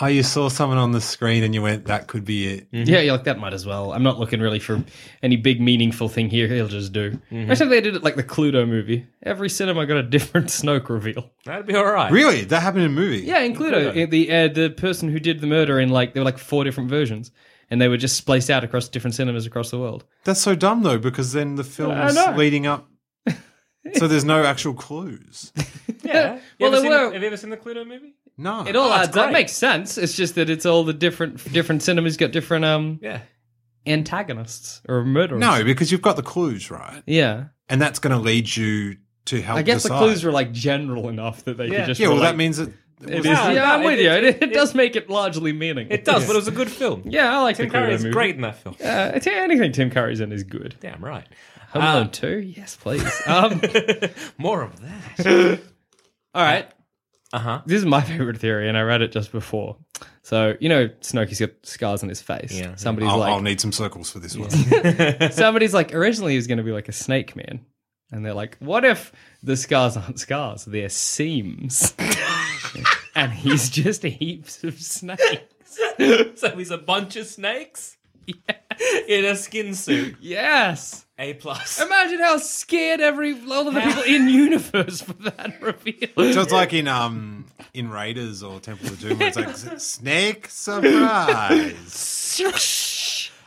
Speaker 4: oh, you saw someone on the screen and you went, that could be it.
Speaker 3: Yeah, you're like that might as well. I'm not looking really for any big meaningful thing here. He'll just do. Imagine if they did it like the Cluedo movie. Every cinema got a different Snoke reveal.
Speaker 2: That'd be all right.
Speaker 4: Really, that happened in a movie.
Speaker 3: Yeah, in Cluedo, uh, the uh, the person who did the murder in like there were like four different versions, and they were just spliced out across different cinemas across the world.
Speaker 4: that's so dumb though because then the film's
Speaker 3: know.
Speaker 4: leading up. So there's no actual clues.
Speaker 2: Yeah. well,
Speaker 3: Well, there
Speaker 2: ever seen,
Speaker 3: were-
Speaker 2: the- have you ever seen the Cluedo movie?
Speaker 4: No,
Speaker 3: It all
Speaker 2: that's
Speaker 3: adds up.
Speaker 2: great.
Speaker 3: Makes sense. It's just that it's all the different different cinemas got different um
Speaker 2: Yeah.
Speaker 3: antagonists or murderers.
Speaker 4: no, because you've got the clues right,
Speaker 3: Yeah.
Speaker 4: and that's going to lead you to help.
Speaker 3: I guess
Speaker 4: decide.
Speaker 3: the clues were like general enough that they
Speaker 2: Yeah.
Speaker 3: could just
Speaker 4: Yeah, well,
Speaker 3: relate.
Speaker 4: that means that
Speaker 3: It
Speaker 4: well,
Speaker 3: is-
Speaker 2: Yeah,
Speaker 3: yeah, I'm
Speaker 2: no,
Speaker 3: with
Speaker 2: it-
Speaker 3: you. It,
Speaker 2: it-
Speaker 3: it does make it largely meaningless.
Speaker 2: It does, but it was a good film.
Speaker 3: Yeah, I like
Speaker 2: Tim
Speaker 3: the Cluedo
Speaker 2: Curry is
Speaker 3: movie.
Speaker 2: great in that film.
Speaker 3: Uh, I tell you, anything Tim Curry's in is good.
Speaker 2: Damn right.
Speaker 3: Home
Speaker 2: Uh,
Speaker 3: Alone Two, yes, please. Um,
Speaker 2: More of that.
Speaker 3: all right,
Speaker 2: Uh huh.
Speaker 3: this is my favorite theory, and I read it just before. So you know, Snoke's got scars on his face.
Speaker 2: Yeah. Oh,
Speaker 3: Somebody's
Speaker 4: I'll,
Speaker 3: like,
Speaker 4: I'll need some circles for this one.
Speaker 3: somebody's like, originally he was going to be like a snake man, and they're like, what if the scars aren't scars? They're seams, and he's just heaps of snakes.
Speaker 2: So he's a bunch of snakes in a skin suit.
Speaker 3: Yes.
Speaker 2: A plus.
Speaker 3: Imagine how scared every all of the people in universe for that reveal.
Speaker 4: So it's like in um in Raiders or Temple of Doom, where it's like snake surprise.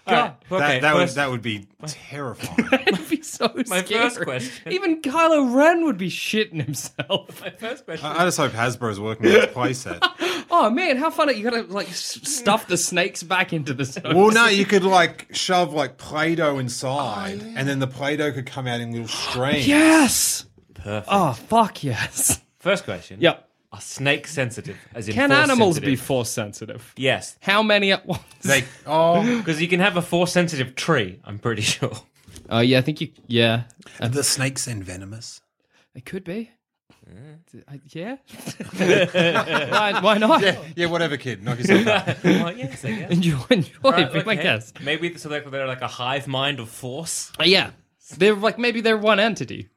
Speaker 3: God,
Speaker 2: Okay,
Speaker 4: that that would
Speaker 2: first-
Speaker 4: that would be terrifying.
Speaker 3: it'd be so
Speaker 2: My
Speaker 3: scary.
Speaker 2: first question.
Speaker 3: Even Kylo Ren would be shitting himself.
Speaker 2: my first question.
Speaker 4: I, I just hope Hasbro's working on its playset.
Speaker 3: Oh man, how fun! You gotta like s- stuff the snakes back into the snow.
Speaker 4: Well, no, you could like shove like Play-Doh inside, and then the Play-Doh could come out in little streams.
Speaker 3: yes.
Speaker 2: Perfect.
Speaker 3: Oh fuck yes.
Speaker 2: First question.
Speaker 3: Yep.
Speaker 2: Are snakes sensitive? As in
Speaker 3: Can
Speaker 2: force
Speaker 3: animals be
Speaker 2: sensitive?
Speaker 3: force sensitive?
Speaker 2: Yes,
Speaker 3: How many at once?
Speaker 4: They oh
Speaker 2: because you can have a force sensitive tree. I'm pretty sure.
Speaker 3: Oh yeah, I think you. Yeah,
Speaker 4: the snakes and venomous.
Speaker 3: it could be. I- Yeah. why, why not?
Speaker 4: Yeah, whatever, kid. Knock yourself out.
Speaker 2: well, yes, I guess.
Speaker 3: Enjoy, enjoy.
Speaker 2: Right,
Speaker 3: be my
Speaker 2: okay.
Speaker 3: guest.
Speaker 2: Maybe so they're, they're like a hive mind of force.
Speaker 3: Uh, Yeah. They're like maybe they're one entity.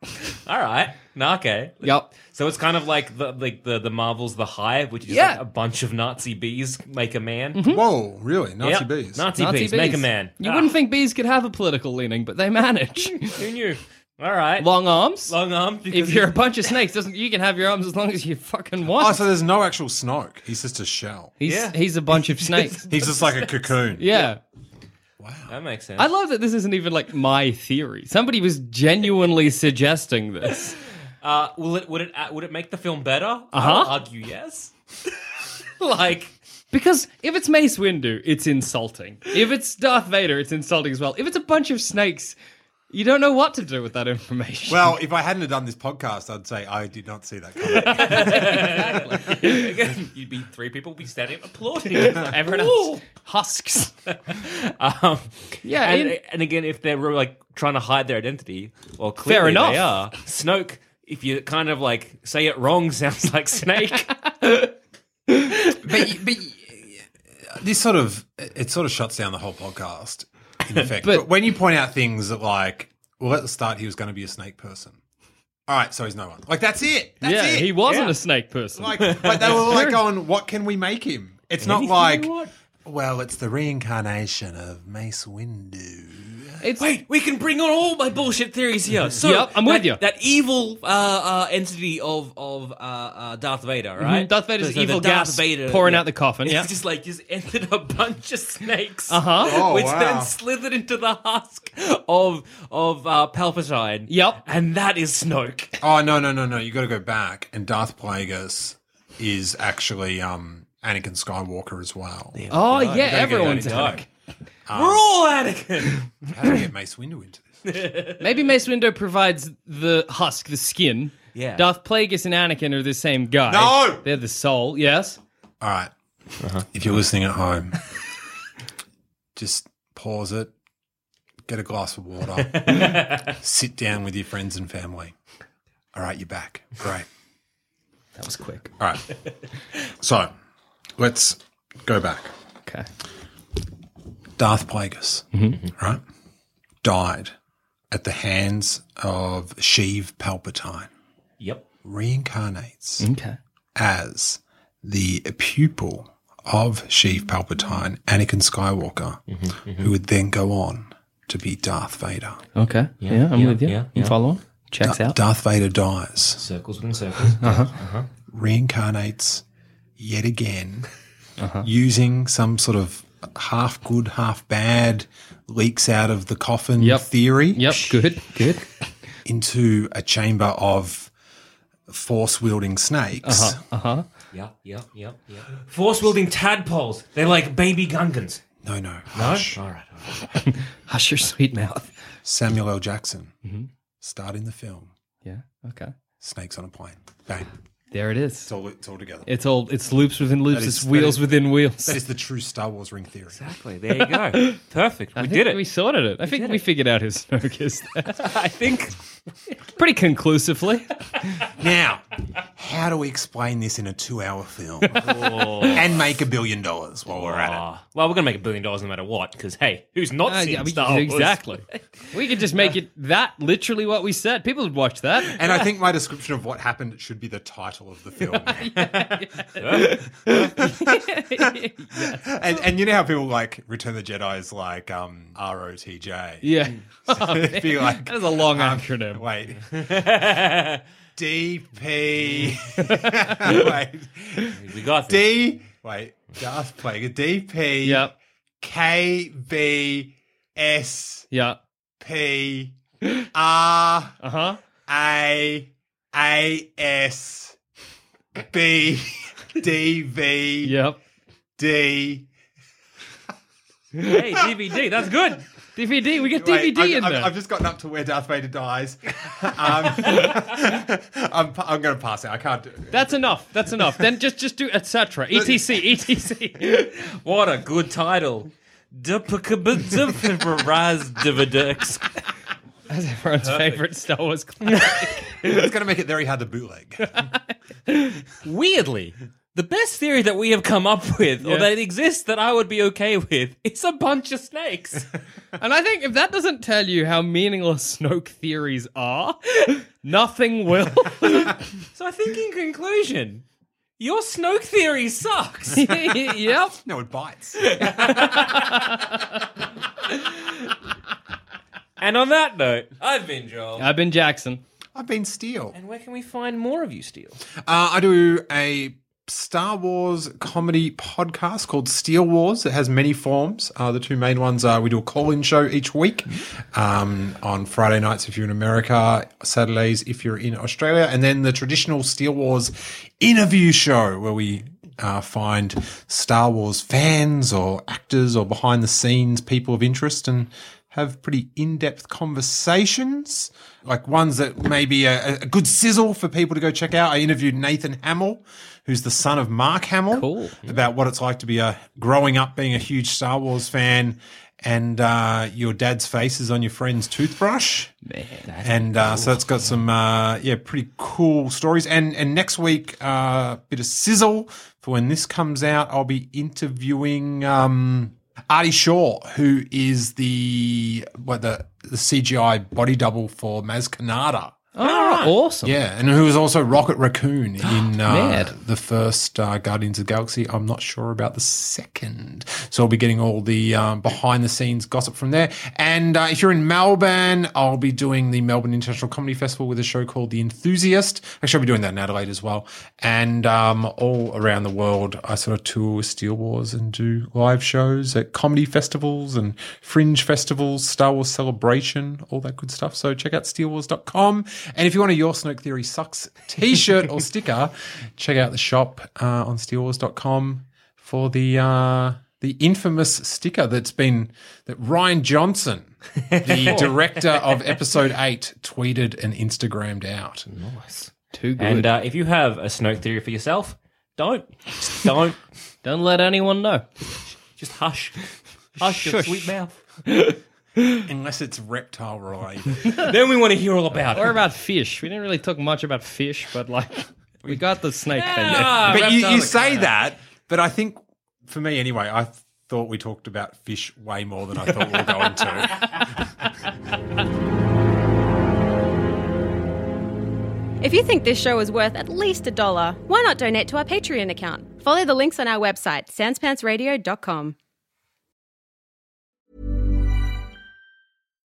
Speaker 2: All right. No, okay.
Speaker 3: Yep.
Speaker 2: So it's kind of like the like the, the Marvels the Hive, which is
Speaker 3: Yeah. Mm-hmm.
Speaker 2: like a bunch of Nazi bees make a man.
Speaker 4: Whoa, really? Nazi
Speaker 2: Yep.
Speaker 4: bees.
Speaker 2: Nazi, bees, make a man.
Speaker 3: You
Speaker 2: Ah,
Speaker 3: wouldn't think bees could have a political leaning, but they manage.
Speaker 2: Who knew? All right.
Speaker 3: Long arms.
Speaker 2: Long arms. Because
Speaker 3: if you're a bunch of snakes, doesn't you can have your arms as long as you fucking want.
Speaker 4: Oh, so there's no actual Snoke. He's just a shell.
Speaker 3: he's
Speaker 2: Yeah.
Speaker 3: he's a bunch of snakes.
Speaker 4: He's just like a cocoon.
Speaker 3: Yeah.
Speaker 2: that makes sense.
Speaker 3: I love that this isn't even like my theory. Somebody was genuinely suggesting this.
Speaker 2: Uh, will it would it uh, would it make the film better? Uh-huh.
Speaker 3: Uh-huh.
Speaker 2: argue yes. like
Speaker 3: Because if it's Mace Windu, it's insulting. If it's Darth Vader, it's insulting as well. If it's a bunch of snakes, You don't know what to do with that information.
Speaker 4: Well, if I hadn't have done this podcast, I'd say I did not see that coming.
Speaker 2: You'd be three people be standing applauding. Everyone else.
Speaker 3: husks.
Speaker 2: Um,
Speaker 3: Yeah,
Speaker 2: and,
Speaker 3: in-
Speaker 2: and again, if they're like trying to hide their identity, well, clearly
Speaker 3: enough.
Speaker 2: they are. Snoke, if you kind of like say it wrong, sounds like Snake.
Speaker 4: but, but this sort of it sort of shuts down the whole podcast in effect. but,
Speaker 3: But-
Speaker 4: when you point out things that like, well, at the start he was going to be a snake person. All right, so he's no one. Like that's it. That's
Speaker 3: yeah,
Speaker 4: it.
Speaker 3: he wasn't a snake person.
Speaker 4: like, but they were like going, what can we make him? It's not like. Well, it's the reincarnation of Mace Windu.
Speaker 3: it's,
Speaker 2: Wait, we can bring on all my bullshit theories here. So
Speaker 3: Yep, I'm
Speaker 2: that,
Speaker 3: with you.
Speaker 2: That evil uh, uh, entity of of uh, uh, Darth Vader, right?
Speaker 3: Mhm, Darth Vader's
Speaker 2: So the
Speaker 3: evil
Speaker 2: Darth
Speaker 3: gas
Speaker 2: Vader-
Speaker 3: pouring
Speaker 2: yeah.
Speaker 3: out the coffin. Yeah.
Speaker 2: It's just like just entered a bunch of snakes,
Speaker 3: Uh-huh.
Speaker 4: Oh,
Speaker 2: which
Speaker 4: wow.
Speaker 2: then slithered into the husk of of uh, Palpatine.
Speaker 3: Yep.
Speaker 2: and that is Snoke.
Speaker 4: Oh no no no no! You got to go back, and Darth Plagueis is actually um, Anakin Skywalker as well.
Speaker 3: Oh yeah,
Speaker 4: gotta get
Speaker 3: everyone's
Speaker 4: that into
Speaker 3: Anakin.
Speaker 2: We're all Anakin.
Speaker 4: How do we get Mace Windu into this?
Speaker 3: Maybe Mace Windu provides the husk, the skin.
Speaker 2: Yeah.
Speaker 3: Darth Plagueis and Anakin are the same guy.
Speaker 4: No!
Speaker 3: they're the soul. Yes.
Speaker 4: All right. If you're listening at home, just pause it, get a glass of water, sit down with your friends and family. All right, you're back. Great.
Speaker 3: That was quick.
Speaker 4: All right. So let's go back.
Speaker 3: Okay. Mm-hmm.
Speaker 4: Darth Plagueis, right, died at the hands of Sheev Palpatine,
Speaker 2: Yep.
Speaker 4: reincarnates
Speaker 3: Okay.
Speaker 4: as the pupil of Sheev Palpatine, Anakin Skywalker,
Speaker 3: Mm-hmm,
Speaker 4: who would then go on to be Darth Vader.
Speaker 3: Okay. Yeah, I'm with you.
Speaker 2: yeah,
Speaker 3: I'm following. Checks out.
Speaker 4: Darth Vader dies,
Speaker 2: Circles within circles.
Speaker 4: reincarnates yet again,
Speaker 3: Uh-huh.
Speaker 4: using some sort of half good, half bad leaks out of the coffin
Speaker 3: Yep.
Speaker 4: theory
Speaker 3: Yep. Good. Good.
Speaker 4: into a chamber of force wielding snakes.
Speaker 3: Uh-huh.
Speaker 2: yeah, yeah, yeah, yeah. Force wielding tadpoles. They're like baby Gungans.
Speaker 4: No, no. Hush.
Speaker 2: All right. all right.
Speaker 3: Hush your sweet mouth.
Speaker 4: Samuel L. Jackson,
Speaker 3: Mm-hmm.
Speaker 4: starting the film.
Speaker 3: Yeah. Okay.
Speaker 4: Snakes on a plane. Bang.
Speaker 3: There it is.
Speaker 4: It's all, it's all together.
Speaker 3: It's all. It's loops within loops.
Speaker 4: That is-
Speaker 3: it's wheels
Speaker 4: that is-
Speaker 3: within wheels.
Speaker 4: that is the true Star Wars ring theory.
Speaker 2: Exactly. There you go. Perfect. We
Speaker 3: I
Speaker 2: did
Speaker 3: think
Speaker 2: it.
Speaker 3: We sorted it. I think
Speaker 2: did
Speaker 3: we
Speaker 2: it.
Speaker 3: figured out who Snoke is
Speaker 2: I think.
Speaker 3: pretty conclusively.
Speaker 4: Now, how do we explain this in a two hour film
Speaker 3: Oh.
Speaker 4: and make a billion dollars while we're at it?
Speaker 2: Ah, well, we're gonna make a billion dollars no matter what. Because hey, who's not
Speaker 3: Uh,
Speaker 2: seen
Speaker 3: yeah, we-
Speaker 2: Star Wars?
Speaker 3: exactly. we could just make it that literally what we said. People would watch that.
Speaker 4: And I think my description of what happened should be the title of the film. and, and you know how people like Return of the Jedi is like um, ROTJ.
Speaker 3: Yeah. Oh,
Speaker 4: It'd be like, um,
Speaker 3: That is a long acronym.
Speaker 4: Wait. DP. wait.
Speaker 2: We got this.
Speaker 4: D. Wait. Darth Plagueis. DP.
Speaker 3: Yep.
Speaker 4: K B S
Speaker 3: Yeah.
Speaker 4: P R
Speaker 3: Uh huh.
Speaker 4: A A S B D V
Speaker 3: Yep.
Speaker 4: D.
Speaker 2: hey, DVD. That's good.
Speaker 3: DVD. We get
Speaker 4: Wait,
Speaker 3: DVD
Speaker 4: I've,
Speaker 3: in
Speaker 4: I've-
Speaker 3: there.
Speaker 4: I've just gotten up to where Darth Vader dies. Um, I'm, pa- I'm going to pass out. I can't do it.
Speaker 3: That's enough. That's enough. then just just do E etc. etc. etc.
Speaker 2: What a good title. Duplicabazdividix.
Speaker 3: That's everyone's favorite Star Wars. classic.
Speaker 4: It's going to make it very hard to bootleg.
Speaker 2: Weirdly, the best theory that we have come up with, or
Speaker 3: Yeah.
Speaker 2: that exists that I would be okay with, is a bunch of snakes.
Speaker 3: and I think if that doesn't tell you how meaningless Snoke theories are, nothing will.
Speaker 2: so I think, in conclusion, your Snoke theory sucks.
Speaker 3: yep.
Speaker 4: No, it bites.
Speaker 2: and on that note, I've been
Speaker 5: uh,
Speaker 2: Joel.
Speaker 3: I've been Jackson.
Speaker 4: I've been Steel.
Speaker 2: and where can we find more of you, Steel?
Speaker 4: Uh, I do a Star Wars comedy podcast called Steel Wars. It has many forms. Uh, the two main ones are we do a call in show each week um, on Friday nights if you're in America, Saturdays if you're in Australia, and then the traditional Steel Wars interview show where we. Uh, find Star Wars fans or actors or behind the scenes people of interest and
Speaker 6: have pretty in-depth conversations.
Speaker 4: like ones that maybe a, a good sizzle for people to go check out. I interviewed Nathan Hamill, who's the son of Mark Hamill,
Speaker 3: Cool.
Speaker 4: about what it's like to be a growing up being a huge Star Wars fan, and uh, your dad's face is on your friend's toothbrush. Man, and uh, so it's got some uh, yeah pretty cool stories. And and next week, uh, bit of sizzle for when this comes out. I'll be interviewing. Um, Artie Shaw, who is the what the, the CGI body double for Maz Kanata.
Speaker 3: Oh, awesome.
Speaker 4: Yeah, and who was also Rocket Raccoon in uh,
Speaker 3: Mad.
Speaker 4: the first uh, Guardians of the Galaxy. I'm not sure about the second. So I'll be getting all the um, behind the scenes gossip from there. And uh, if you're in Melbourne, I'll be doing the Melbourne International Comedy Festival with a show called The Enthusiast. Actually, I'll be doing that in Adelaide as well. And um, all around the world, I sort of tour with Steel Wars and do live shows at comedy festivals and fringe festivals, Star Wars Celebration, all that good stuff. So check out steelwars.com. And if you want a Your Snoke Theory Sucks t shirt or sticker, check out the shop uh, on steelwars.com for the. Uh, the infamous sticker that's been that Ryan Johnson, the director of episode eight, tweeted and Instagrammed out.
Speaker 3: Too good.
Speaker 5: And uh, if you have a Snoke theory for yourself, don't, don't,
Speaker 3: Don't let anyone know.
Speaker 5: just hush, hush your
Speaker 3: Shush.
Speaker 5: sweet mouth.
Speaker 4: Unless it's reptile related.
Speaker 5: then we want to hear all about
Speaker 3: Or
Speaker 5: it.
Speaker 3: about fish. We didn't really talk much about fish, but like we got the snake thing.
Speaker 5: Ah,
Speaker 4: but you,
Speaker 5: reptiles
Speaker 4: you
Speaker 5: are
Speaker 4: say
Speaker 5: kinda-
Speaker 4: that, but I think for me anyway, I thought we talked about fish way more than I thought we were going to.
Speaker 7: If you think this show is worth at least a dollar, why not donate to our Patreon account? Follow the links on our website, sanspantsradio.com.